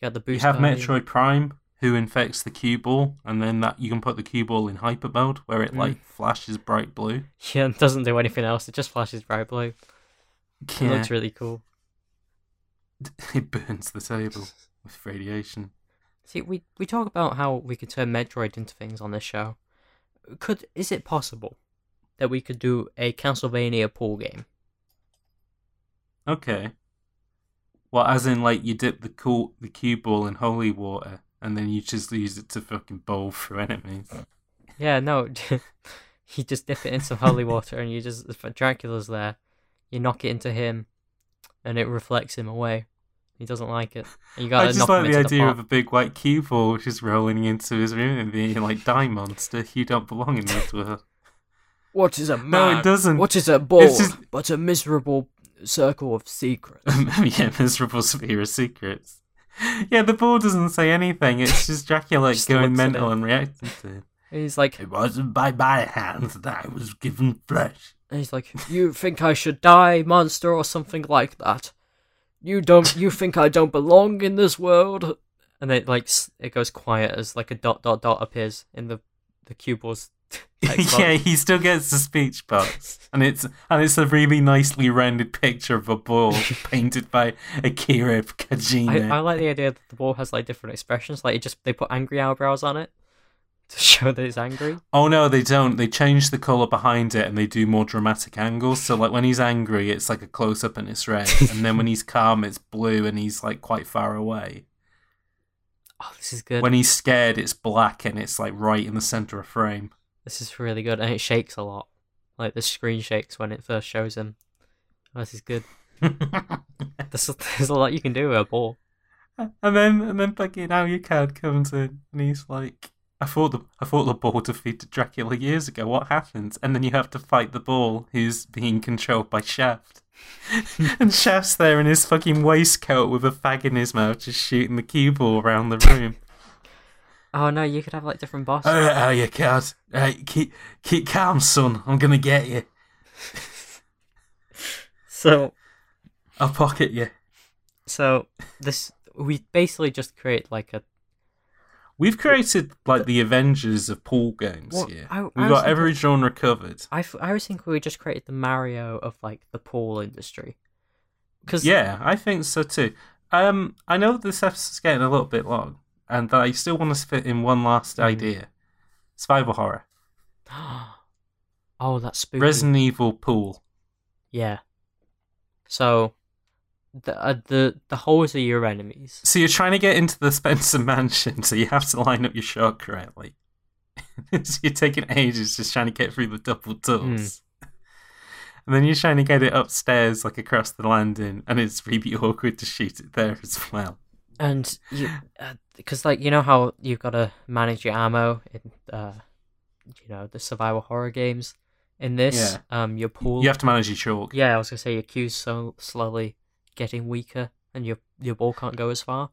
A: You got the
B: You
A: Boost.
B: have
A: Guardian. [laughs]
B: Metroid Prime who infects the cue ball and then that you can put the cue ball in hyper mode where it
A: Mm.
B: like flashes bright
A: [laughs]
B: blue.
A: Yeah, it doesn't do anything else. It just flashes bright blue. It
B: Yeah.
A: looks really cool.
B: [laughs] it burns the table with radiation.
A: See, we we talk about how we could turn Metroid into things on this show. Could is it possible that we could do a Castlevania pool game?
B: Okay. Well, as in, like, you dip the cool, the cue ball in holy water, and then you just use it to fucking bowl through enemies.
A: Yeah, no. [laughs] you just dip it in some
B: [laughs]
A: holy water and you just. If Dracula's there, you knock it into him and it reflects him away. He doesn't like it. And you
B: I
A: gotta
B: just
A: knock
B: like
A: him
B: the
A: into
B: idea
A: the
B: of a big white cue ball just rolling into his room and being like, "Die, monster! You don't belong in this world."
A: What is a
B: No, it doesn't.
A: is a ball
B: just-
A: but a miserable circle of secrets?
B: [laughs] yeah, miserable sphere of secrets. Yeah, the ball doesn't say anything. It's just Dracula
A: Just
B: going
A: looks at
B: mental
A: it.
B: and reacting to him.
A: [laughs] He's like,
B: It wasn't by my hands that I was given [laughs] flesh.
A: And he's like, "You think I should die, monster, or something like that? You don't. You think I don't belong in this world?" And then, like, s- it goes quiet as like a dot dot dot appears in the the [laughs]
B: [laughs]
A: cubal's text
B: yeah,
A: box.
B: he still gets the speech box, and it's and it's a really nicely rendered picture of a [laughs] ball painted by Akira
A: I,
B: Kajina.
A: I like the idea that the ball has like different expressions. Like, it just they put angry eyebrows on it [laughs] to show that it's angry.
B: Oh no, they don't. They change the color behind it, and they do more dramatic angles. So like when he's angry, it's like a close up and it's [laughs] red, and then when he's calm, it's blue, and he's like quite far away.
A: [gasps] Oh, this is good.
B: When he's scared, it's black, and it's like right in the center of frame. [laughs]
A: This is really good, and it shakes a lot. Like the screen shakes when it first shows him. Oh, this is [laughs] good. There's, there's a lot you can do with a ball.
B: And then and then fucking Alucard comes in and he's like I thought the I thought the ball defeated Dracula years ago, what happens? And then you have to fight the ball who's being controlled by Shaft. [laughs] and Shaft's there in his fucking waistcoat with a fag in his mouth just shooting the cue ball around the [laughs] room.
A: Oh no, you could have like different bosses.
B: Alright, Alucard. Alright, keep keep calm, son. I'm gonna get you.
A: So,
B: I'll pocket you.
A: so this we basically just create like a
B: We've created like the Avengers of pool games
A: What-
B: here.
A: I- I
B: We've
A: was
B: got every genre covered.
A: I, f- I always think we just created the Mario of like the pool industry. Cause
B: Yeah, I think so too. Um, I know this episode's getting a little bit long, and that I still want to fit in one last
A: Mm.
B: idea: survival horror,
A: [gasps] oh, that's spooky.
B: Resident Evil pool.
A: Yeah. So, the uh, the the holes are your enemies.
B: So you're trying to get into the [laughs] Spencer Mansion, so you have to line up your shot correctly. [laughs] so you're taking ages just trying to get through the
A: Hmm.
B: double doors. [laughs] And then you're trying to get it upstairs, like across the landing, and it's really [laughs] awkward to shoot it there as well.
A: And you, because like you know how you've got to manage your ammo in, uh, you know the survival horror games. In this, um, your pool.
B: You have to manage your chalk.
A: Yeah, I was gonna say your cue's so slowly getting weaker, and your your ball can't go as far.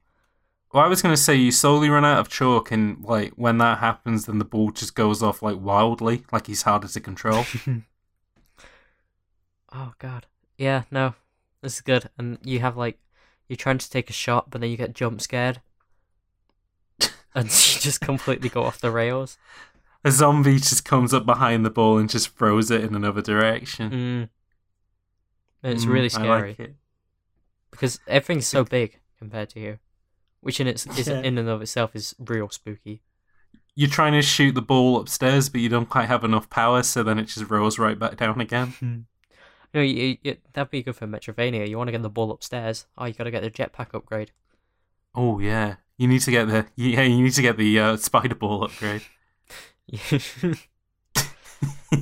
B: Well, I was going to say you slowly run out of chalk, and like when that happens, then the ball just goes off like wildly, like he's harder to control.
A: [laughs] Oh god. Yeah, no. This is good. And you have like you're trying to take a shot but then you get jump
B: [laughs]
A: scared. and you just completely go off the rails.
B: a zombie just comes up behind the ball and just throws it in another direction.
A: Mm. And it's
B: Mm,
A: really
B: Hmm. I
A: scary
B: like it.
A: because everything's so big compared to here, which in its is
B: Yeah.
A: in and of itself is real spooky.
B: You're trying to shoot the ball upstairs, but you don't quite have enough power, so then it just rolls right back down again.
A: No, you, you, that'd be good for Metrovania. You want to get the ball upstairs. Oh, you got to get the jetpack upgrade. [laughs]
B: Oh yeah, you need to get the [laughs] yeah you need to get the uh, spider ball upgrade, [laughs]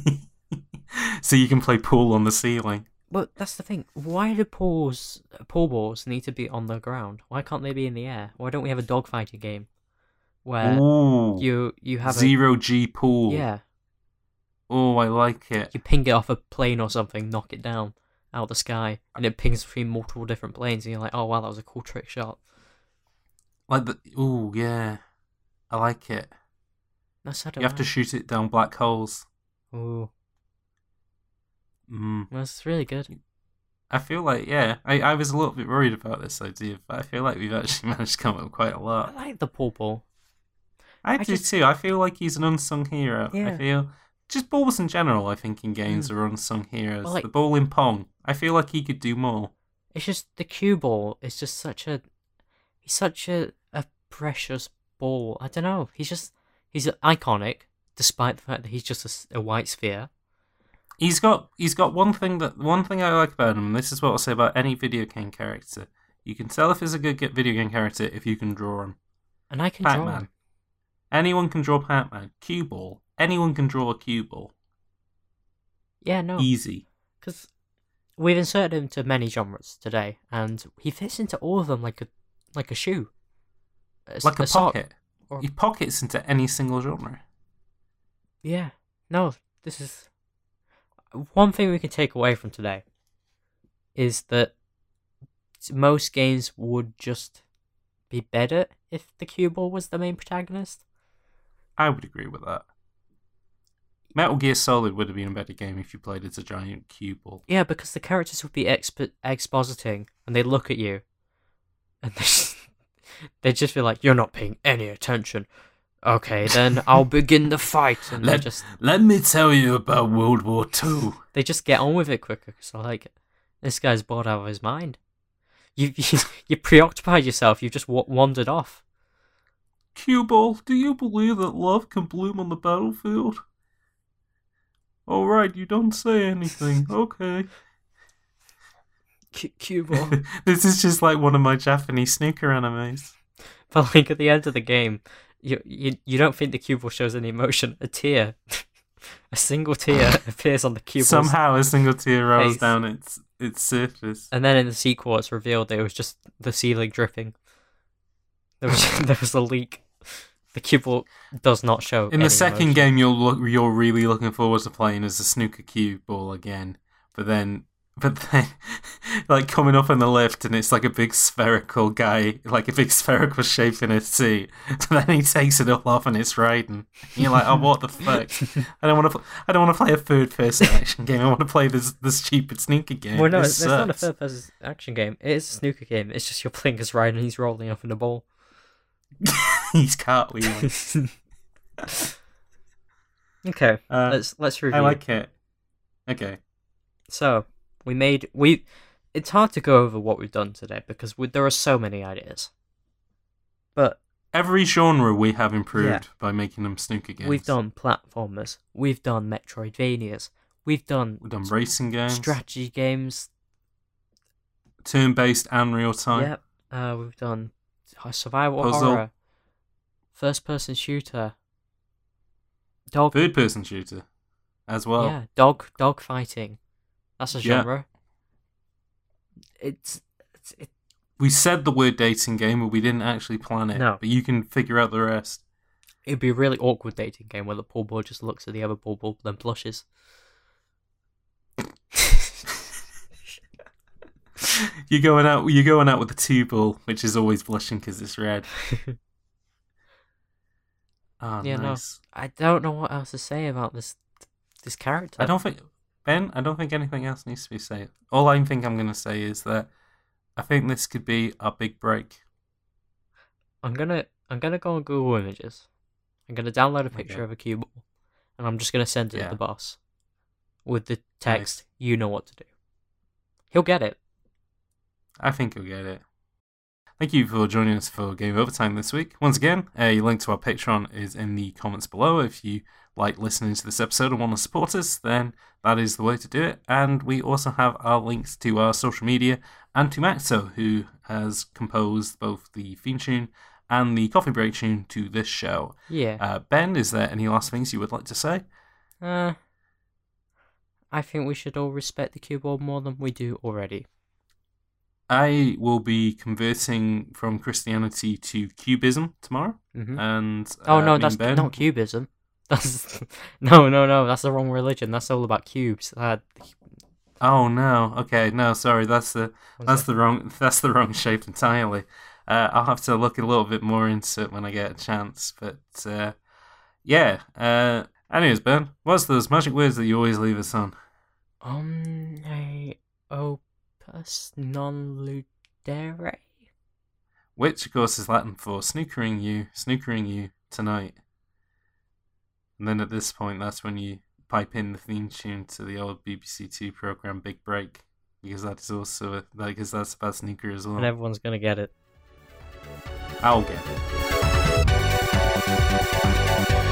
B: so you can play pool on the ceiling.
A: But that's the thing. Why do pools, pool balls need to be on the ground? Why can't they be in the air? Why don't we have a dogfighting game where
B: Ooh,
A: you you have
B: Oh. zero G
A: a
B: pool.
A: yeah,
B: Oh, I like it.
A: you ping it off a plane or something, knock it down out of the sky, and it pings between multiple different planes, and you're like, oh wow, that was a cool trick shot.
B: Like the oh yeah, I like it.
A: That's I don't
B: You have to
A: know.
B: shoot it down black holes.
A: Ooh,
B: Mm.
A: that's really good.
B: I feel like yeah, I, I was a little bit worried about this idea, but I feel like we've actually [laughs] managed to come up with quite a
A: I
B: lot.
A: like the pool ball.
B: I,
A: I
B: do
A: just-
B: too. I feel like he's an unsung hero.
A: Yeah. Mm.
B: I feel just balls in general. I think in games are unsung heroes.
A: Well, like-
B: the ball in pong. I feel like he could do more.
A: It's just the cue ball is just such a he's such a, a precious ball. I don't know. He's just he's iconic despite the fact that he's just a s- a, white sphere.
B: He's got he's got one thing that one thing I like about him. And this is what I'll say about any video game character. You can tell if he's a good ge- video game character if you can draw him.
A: And I can draw.
B: Pac-Man.
A: him.
B: Anyone can draw Pac-Man. Cue ball. Anyone can draw a cue ball.
A: Yeah, no.
B: Easy.
A: Cuz we've inserted him to many genres today and he fits into all of them like a like a shoe. s-
B: like a,
A: sock.
B: pocket.
A: or-
B: He pockets into any single genre.
A: Yeah. No, this is one thing we can take away from today is that most games would just be better if the cue ball was the main protagonist.
B: I would agree with that. Metal Gear Solid would have been a better game if you played as a giant cue ball.
A: Yeah, because the characters would be expo- expositing and they look at you and they just, [laughs] they'd just be like, "You're not paying any attention." Okay, then I'll begin the fight, and they
B: Let,
A: just
B: let me tell you about World War II.
A: they just get on with it quicker because they're like, this guy's bored out of his mind. You [laughs] you, you preoccupied yourself. You've just wa- wandered off.
B: Cue ball, do you believe that love can bloom on the battlefield? Alright, you don't say anything.
A: [laughs]
B: Okay.
A: Cue ball.
B: this is just like one of my Japanese snooker animes.
A: [laughs] but like at the end of the game, you you, you don't think the cue ball shows any emotion. A tear, [laughs] a single tear
B: [laughs]
A: appears on the cue ball,
B: Somehow a single tear rolls
A: face.
B: down its its surface.
A: and then in the sequel, it's revealed that it was just the ceiling dripping. There was [laughs] there was a leak. The cue ball does not show.
B: In the
A: any
B: second
A: emotion.
B: game, you're look, you're really looking forward to playing as a snooker cue ball again, but then, but [laughs] then, like coming up in the lift, and it's like a big spherical guy, like a big [laughs] spherical shape in a [laughs] seat. But then he takes it all off, and it's riding. And you're like, oh,
A: [laughs]
B: what the fuck? I don't want to. I don't want to play a third person action game. I want to play this this stupid snooker game.
A: Well, no,
B: This
A: it's, it's not a
B: sucks. [laughs]
A: third person action game. It is a snooker game. It's just your playing as Ryan and he's rolling up in a
B: [laughs]
A: ball. [laughs]
B: He's cartwheeling.
A: okay,
B: Uh,
A: let's let's review.
B: I like it. Okay.
A: So we made we. it's hard to go over what we've done today because we, there are so many ideas. But
B: Every genre we have improved by making them snooker games.
A: we've done platformers, we've done Metroidvanias, we've done
B: We've done racing games,
A: strategy games.
B: turn-based and real-time.
A: Yep. Uh, we've done uh, survival
B: Puzzle.
A: horror, first-person shooter, dog.
B: Third person shooter as well.
A: Yeah, dog dog fighting. That's a
B: Yeah.
A: genre. It's, it's it,
B: We said the word dating game, but we didn't actually plan it.
A: No.
B: But you can figure out the rest.
A: it'd be a really awkward dating game where the pool boy just looks at the other pool boy then blushes.
B: You're going out. You're going out with the two ball, which is always blushing because it's red.
A: [laughs]
B: Ah,
A: Yeah, no.
B: nice.
A: I don't know what else to say about this this character.
B: I don't think Ben. I don't think anything else needs to be said. All I think I'm going to say is that I think this could be our big break.
A: I'm gonna I'm gonna go on Google Images. I'm gonna download a picture
B: Okay.
A: of a cue ball, and I'm just gonna send it
B: Yeah.
A: to the boss with the text. You know what to do. He'll get it.
B: I think you'll get it. Thank you for joining us for Game Overtime this week. Once again, a link to our Patreon is in the comments below. If you like listening to this episode and want to support us, then that is the way to do it. And we also have our links to our social media and to Maxo, who has composed both the theme tune and the coffee break tune to this show.
A: Yeah.
B: Uh, ben, is there any last things you would like to say?
A: Uh, I think we should all respect the cue ball more than we do already.
B: I will be converting from Christianity to Cubism tomorrow.
A: hmm
B: And
A: oh
B: uh, me
A: no,
B: and
A: that's
B: ben,
A: not cubism. [laughs] That's no, no, no. That's the wrong religion. That's all about cubes. Uh,
B: Oh no. Okay. No. Sorry. That's the
A: One
B: that's the wrong that's the wrong shape entirely. Uh, I'll have to look a little bit more into it when I get a chance. But uh, yeah. Uh, anyways, Ben, what's those magic words that you always leave us on?
A: omne opus non ludere.
B: Which, of course, is Latin for snookering you, snookering you tonight. And then at this point, that's when you pipe in the theme tune to the old BBC Two program Big Break, because that is also a, because that's about snooker as well.
A: And everyone's gonna get it.
B: I'll get it.